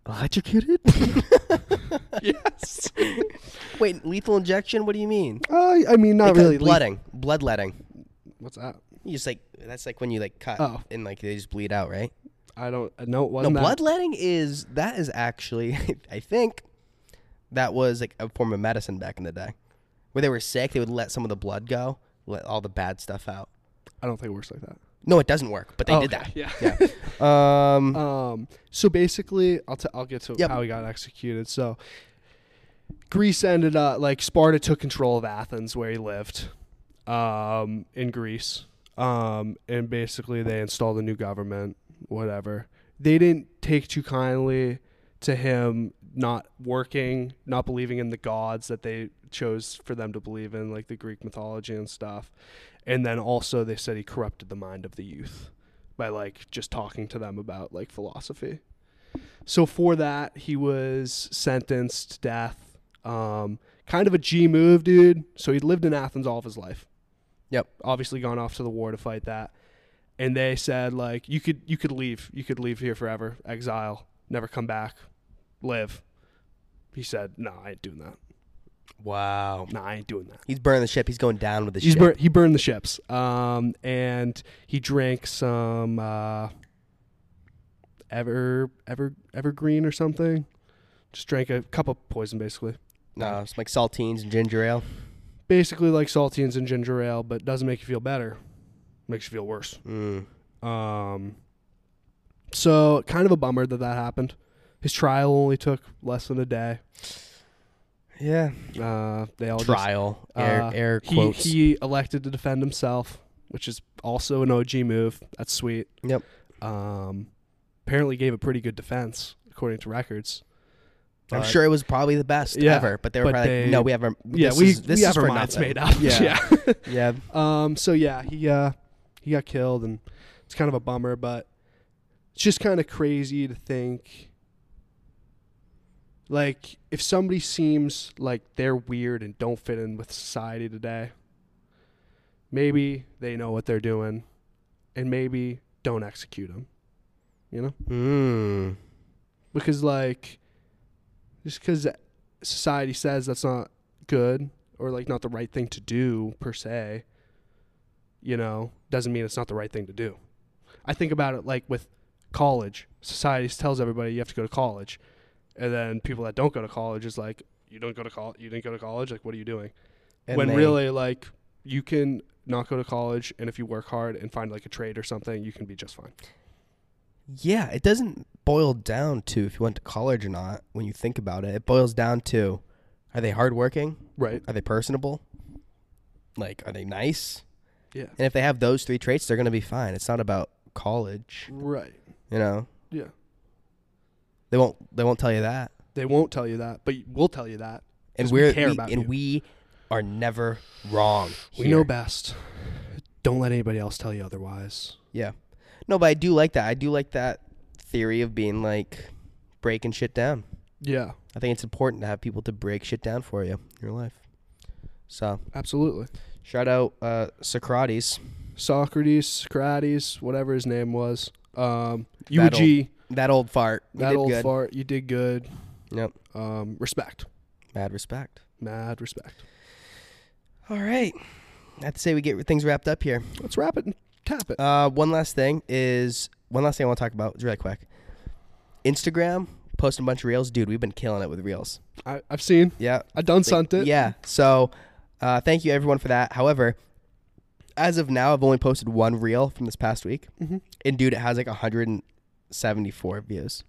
Speaker 1: electrocuted.
Speaker 2: yes.
Speaker 1: Wait, lethal injection. What do you mean?
Speaker 2: Uh, I mean, not
Speaker 1: Because
Speaker 2: really. le-
Speaker 1: blooding, bloodletting.
Speaker 2: What's that?
Speaker 1: You just like that's like when you like cut
Speaker 2: Oh.
Speaker 1: and like they just bleed out, right?
Speaker 2: I don't. uh, No,
Speaker 1: No,
Speaker 2: it wasn't that.
Speaker 1: bloodletting is that is actually I think that was like a form of medicine back in the day. Where they were sick, they would let some of the blood go, let all the bad stuff out.
Speaker 2: I don't think it works like that.
Speaker 1: No, it doesn't work, but they did
Speaker 2: Oh, Okay,
Speaker 1: that.
Speaker 2: Yeah.
Speaker 1: Yeah. Um
Speaker 2: um. So basically, I'll t- I'll get to
Speaker 1: Yep.
Speaker 2: how he got executed. So Greece ended up like Sparta took control of Athens, where he lived, um, in Greece. Um, and basically they installed a new government. Whatever. They didn't take too kindly to him not working, not believing in the gods that they chose for them to believe in, like the Greek mythology and stuff. And then also they said he corrupted the mind of the youth by like just talking to them about like philosophy. So for that, he was sentenced to death. Um, kind of a G move, dude. So he lived in Athens all of his life.
Speaker 1: Yep.
Speaker 2: Obviously gone off to the war to fight that. And they said like you could you could leave. You could leave here forever. Exile. Never come back. Live. He said, "No, I ain't doing that.
Speaker 1: Wow.
Speaker 2: No, I ain't doing that."
Speaker 1: He's burning the ship, he's going down with the
Speaker 2: He's
Speaker 1: ship.
Speaker 2: bur- he burned the ships. Um, and he drank some uh, ever ever evergreen or something. Just drank a cup of poison, basically.
Speaker 1: no, it's like saltines and ginger ale.
Speaker 2: Basically, like saltines and ginger ale, but doesn't make you feel better. Makes you feel worse.
Speaker 1: Mm.
Speaker 2: Um, so kind of a bummer that that happened. His trial only took less than a day.
Speaker 1: Yeah.
Speaker 2: Uh, they all just-
Speaker 1: Trial. air
Speaker 2: Uh,
Speaker 1: air
Speaker 2: he,
Speaker 1: quotes.
Speaker 2: He elected to defend himself, which is also an OG move. That's sweet.
Speaker 1: Yep.
Speaker 2: Um, apparently gave a pretty good defense according to records.
Speaker 1: I'm
Speaker 2: But-
Speaker 1: sure it was probably the best
Speaker 2: uh, Yeah,
Speaker 1: ever, but they were
Speaker 2: but
Speaker 1: probably
Speaker 2: they-
Speaker 1: like, "No, we have our
Speaker 2: Yeah,
Speaker 1: this
Speaker 2: we
Speaker 1: is, this
Speaker 2: we
Speaker 1: is
Speaker 2: have our
Speaker 1: for
Speaker 2: minds
Speaker 1: nothing.
Speaker 2: made up.
Speaker 1: Yeah.
Speaker 2: yeah.
Speaker 1: Yeah,
Speaker 2: Um, so yeah, he uh, he got killed, and it's kind of a bummer, but it's just kind of crazy to think. Like, if somebody seems like they're weird and don't fit in with society today, maybe they know what they're doing, and maybe don't execute them. You know, Hmm.
Speaker 1: Mm.
Speaker 2: because like, just because society says that's not good or like not the right thing to do per se, you know, doesn't mean it's not the right thing to do. I think about it like with college. Society tells everybody you have to go to college, and then people that don't go to college is like, you don't go to college, you didn't go to college. Like, what are you doing?
Speaker 1: And
Speaker 2: when
Speaker 1: they-
Speaker 2: really, like, you can not go to college, and if you work hard and find like a trade or something, you can be just fine.
Speaker 1: yeah, it doesn't boil down to if you went to college or not. When you think about it, it boils down to: are they hardworking?
Speaker 2: Right.
Speaker 1: Are they personable? Like, are they nice?
Speaker 2: Yeah.
Speaker 1: And if they have those three traits, they're gonna be fine. It's not about college,
Speaker 2: Right.
Speaker 1: you know.
Speaker 2: Yeah.
Speaker 1: They won't. They won't tell you that.
Speaker 2: They won't tell you that, but we'll tell you that.
Speaker 1: And
Speaker 2: 'Cause we
Speaker 1: we're
Speaker 2: care about
Speaker 1: and
Speaker 2: you.
Speaker 1: we are never wrong.
Speaker 2: We know
Speaker 1: here.
Speaker 2: best. Don't let anybody else tell you otherwise.
Speaker 1: Yeah. No, but I do like that. I do like that theory of being like breaking shit down.
Speaker 2: Yeah,
Speaker 1: I think it's important to have people to break shit down for you in your life. So
Speaker 2: absolutely.
Speaker 1: shout out uh, Socrates.
Speaker 2: Socrates, Socrates, whatever his name was. Um,
Speaker 1: That
Speaker 2: UG,
Speaker 1: That old fart. You
Speaker 2: that
Speaker 1: did
Speaker 2: old
Speaker 1: good.
Speaker 2: fart. You did good.
Speaker 1: Yep.
Speaker 2: Um, respect.
Speaker 1: Mad respect.
Speaker 2: Mad respect.
Speaker 1: All right. I have to say we get things wrapped up here.
Speaker 2: Let's wrap it and tap it.
Speaker 1: Uh, one last thing is one last thing I want to talk about. It's really quick. Instagram posting a bunch of reels, dude. We've been killing it with reels.
Speaker 2: I, I've seen.
Speaker 1: Yeah.
Speaker 2: I done
Speaker 1: Like,
Speaker 2: sent it.
Speaker 1: Yeah. So uh, thank you everyone for that. However, as of now, I've only posted
Speaker 2: Mm-hmm.
Speaker 1: one reel from this past week,
Speaker 2: Mhm.
Speaker 1: and dude, it has like 174 views.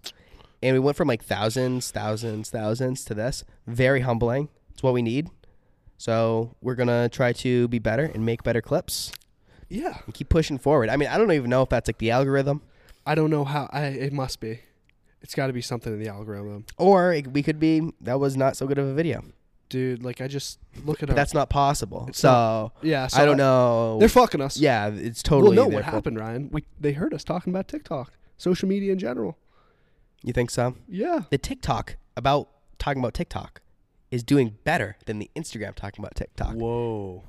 Speaker 1: and we went from like thousands, thousands, thousands to this. Very humbling. It's what we need. So we're gonna try to be better and make better clips
Speaker 2: Yeah.
Speaker 1: and keep pushing forward. I mean, I don't even know if that's like the algorithm
Speaker 2: I don't know how. I it must be. It's got to be something in the algorithm,
Speaker 1: or it, we could be that was not so good of a video.
Speaker 2: dude. Like I just look at
Speaker 1: But that's not possible.
Speaker 2: It's
Speaker 1: so
Speaker 2: yeah. So
Speaker 1: I don't know.
Speaker 2: They're fucking us.
Speaker 1: yeah, it's totally.
Speaker 2: well, no,
Speaker 1: their
Speaker 2: what
Speaker 1: fault.
Speaker 2: happened, Ryan? We they heard us talking about TikTok, social media in general.
Speaker 1: You think so?
Speaker 2: Yeah.
Speaker 1: The TikTok about talking about TikTok is doing better than the Instagram talking about TikTok.
Speaker 2: Whoa.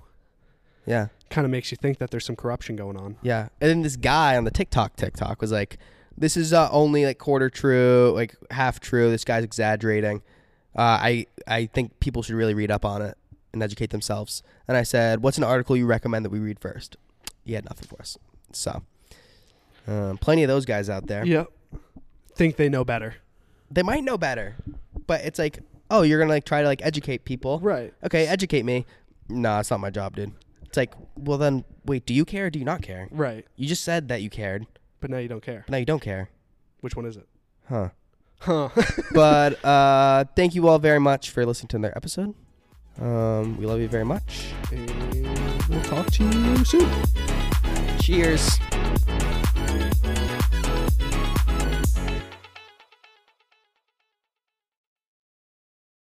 Speaker 1: Yeah.
Speaker 2: Kind of makes you think that there's some corruption going on.
Speaker 1: Yeah. And then this guy on the TikTok TikTok was like, this is uh, only like quarter true, like half true. This guy's exaggerating. Uh, I I think people should really read up on it and educate themselves. And I said, what's an article you recommend that we read first? He had nothing for us. So, um, plenty of those guys out there.
Speaker 2: Yep. Think they know better.
Speaker 1: They might know better, but it's like, oh, you're gonna like try to like educate people.
Speaker 2: Right.
Speaker 1: Okay, educate me. Nah, it's not my job, dude. It's like, well then, wait, do you care or do you not care?
Speaker 2: Right.
Speaker 1: You just said that you cared,
Speaker 2: But now you don't care.
Speaker 1: but now you don't care.
Speaker 2: Which one is it?
Speaker 1: Huh.
Speaker 2: Huh.
Speaker 1: but uh, thank you all very much for listening to another episode. Um, we love you very much.
Speaker 2: And we'll talk to you soon.
Speaker 1: Cheers.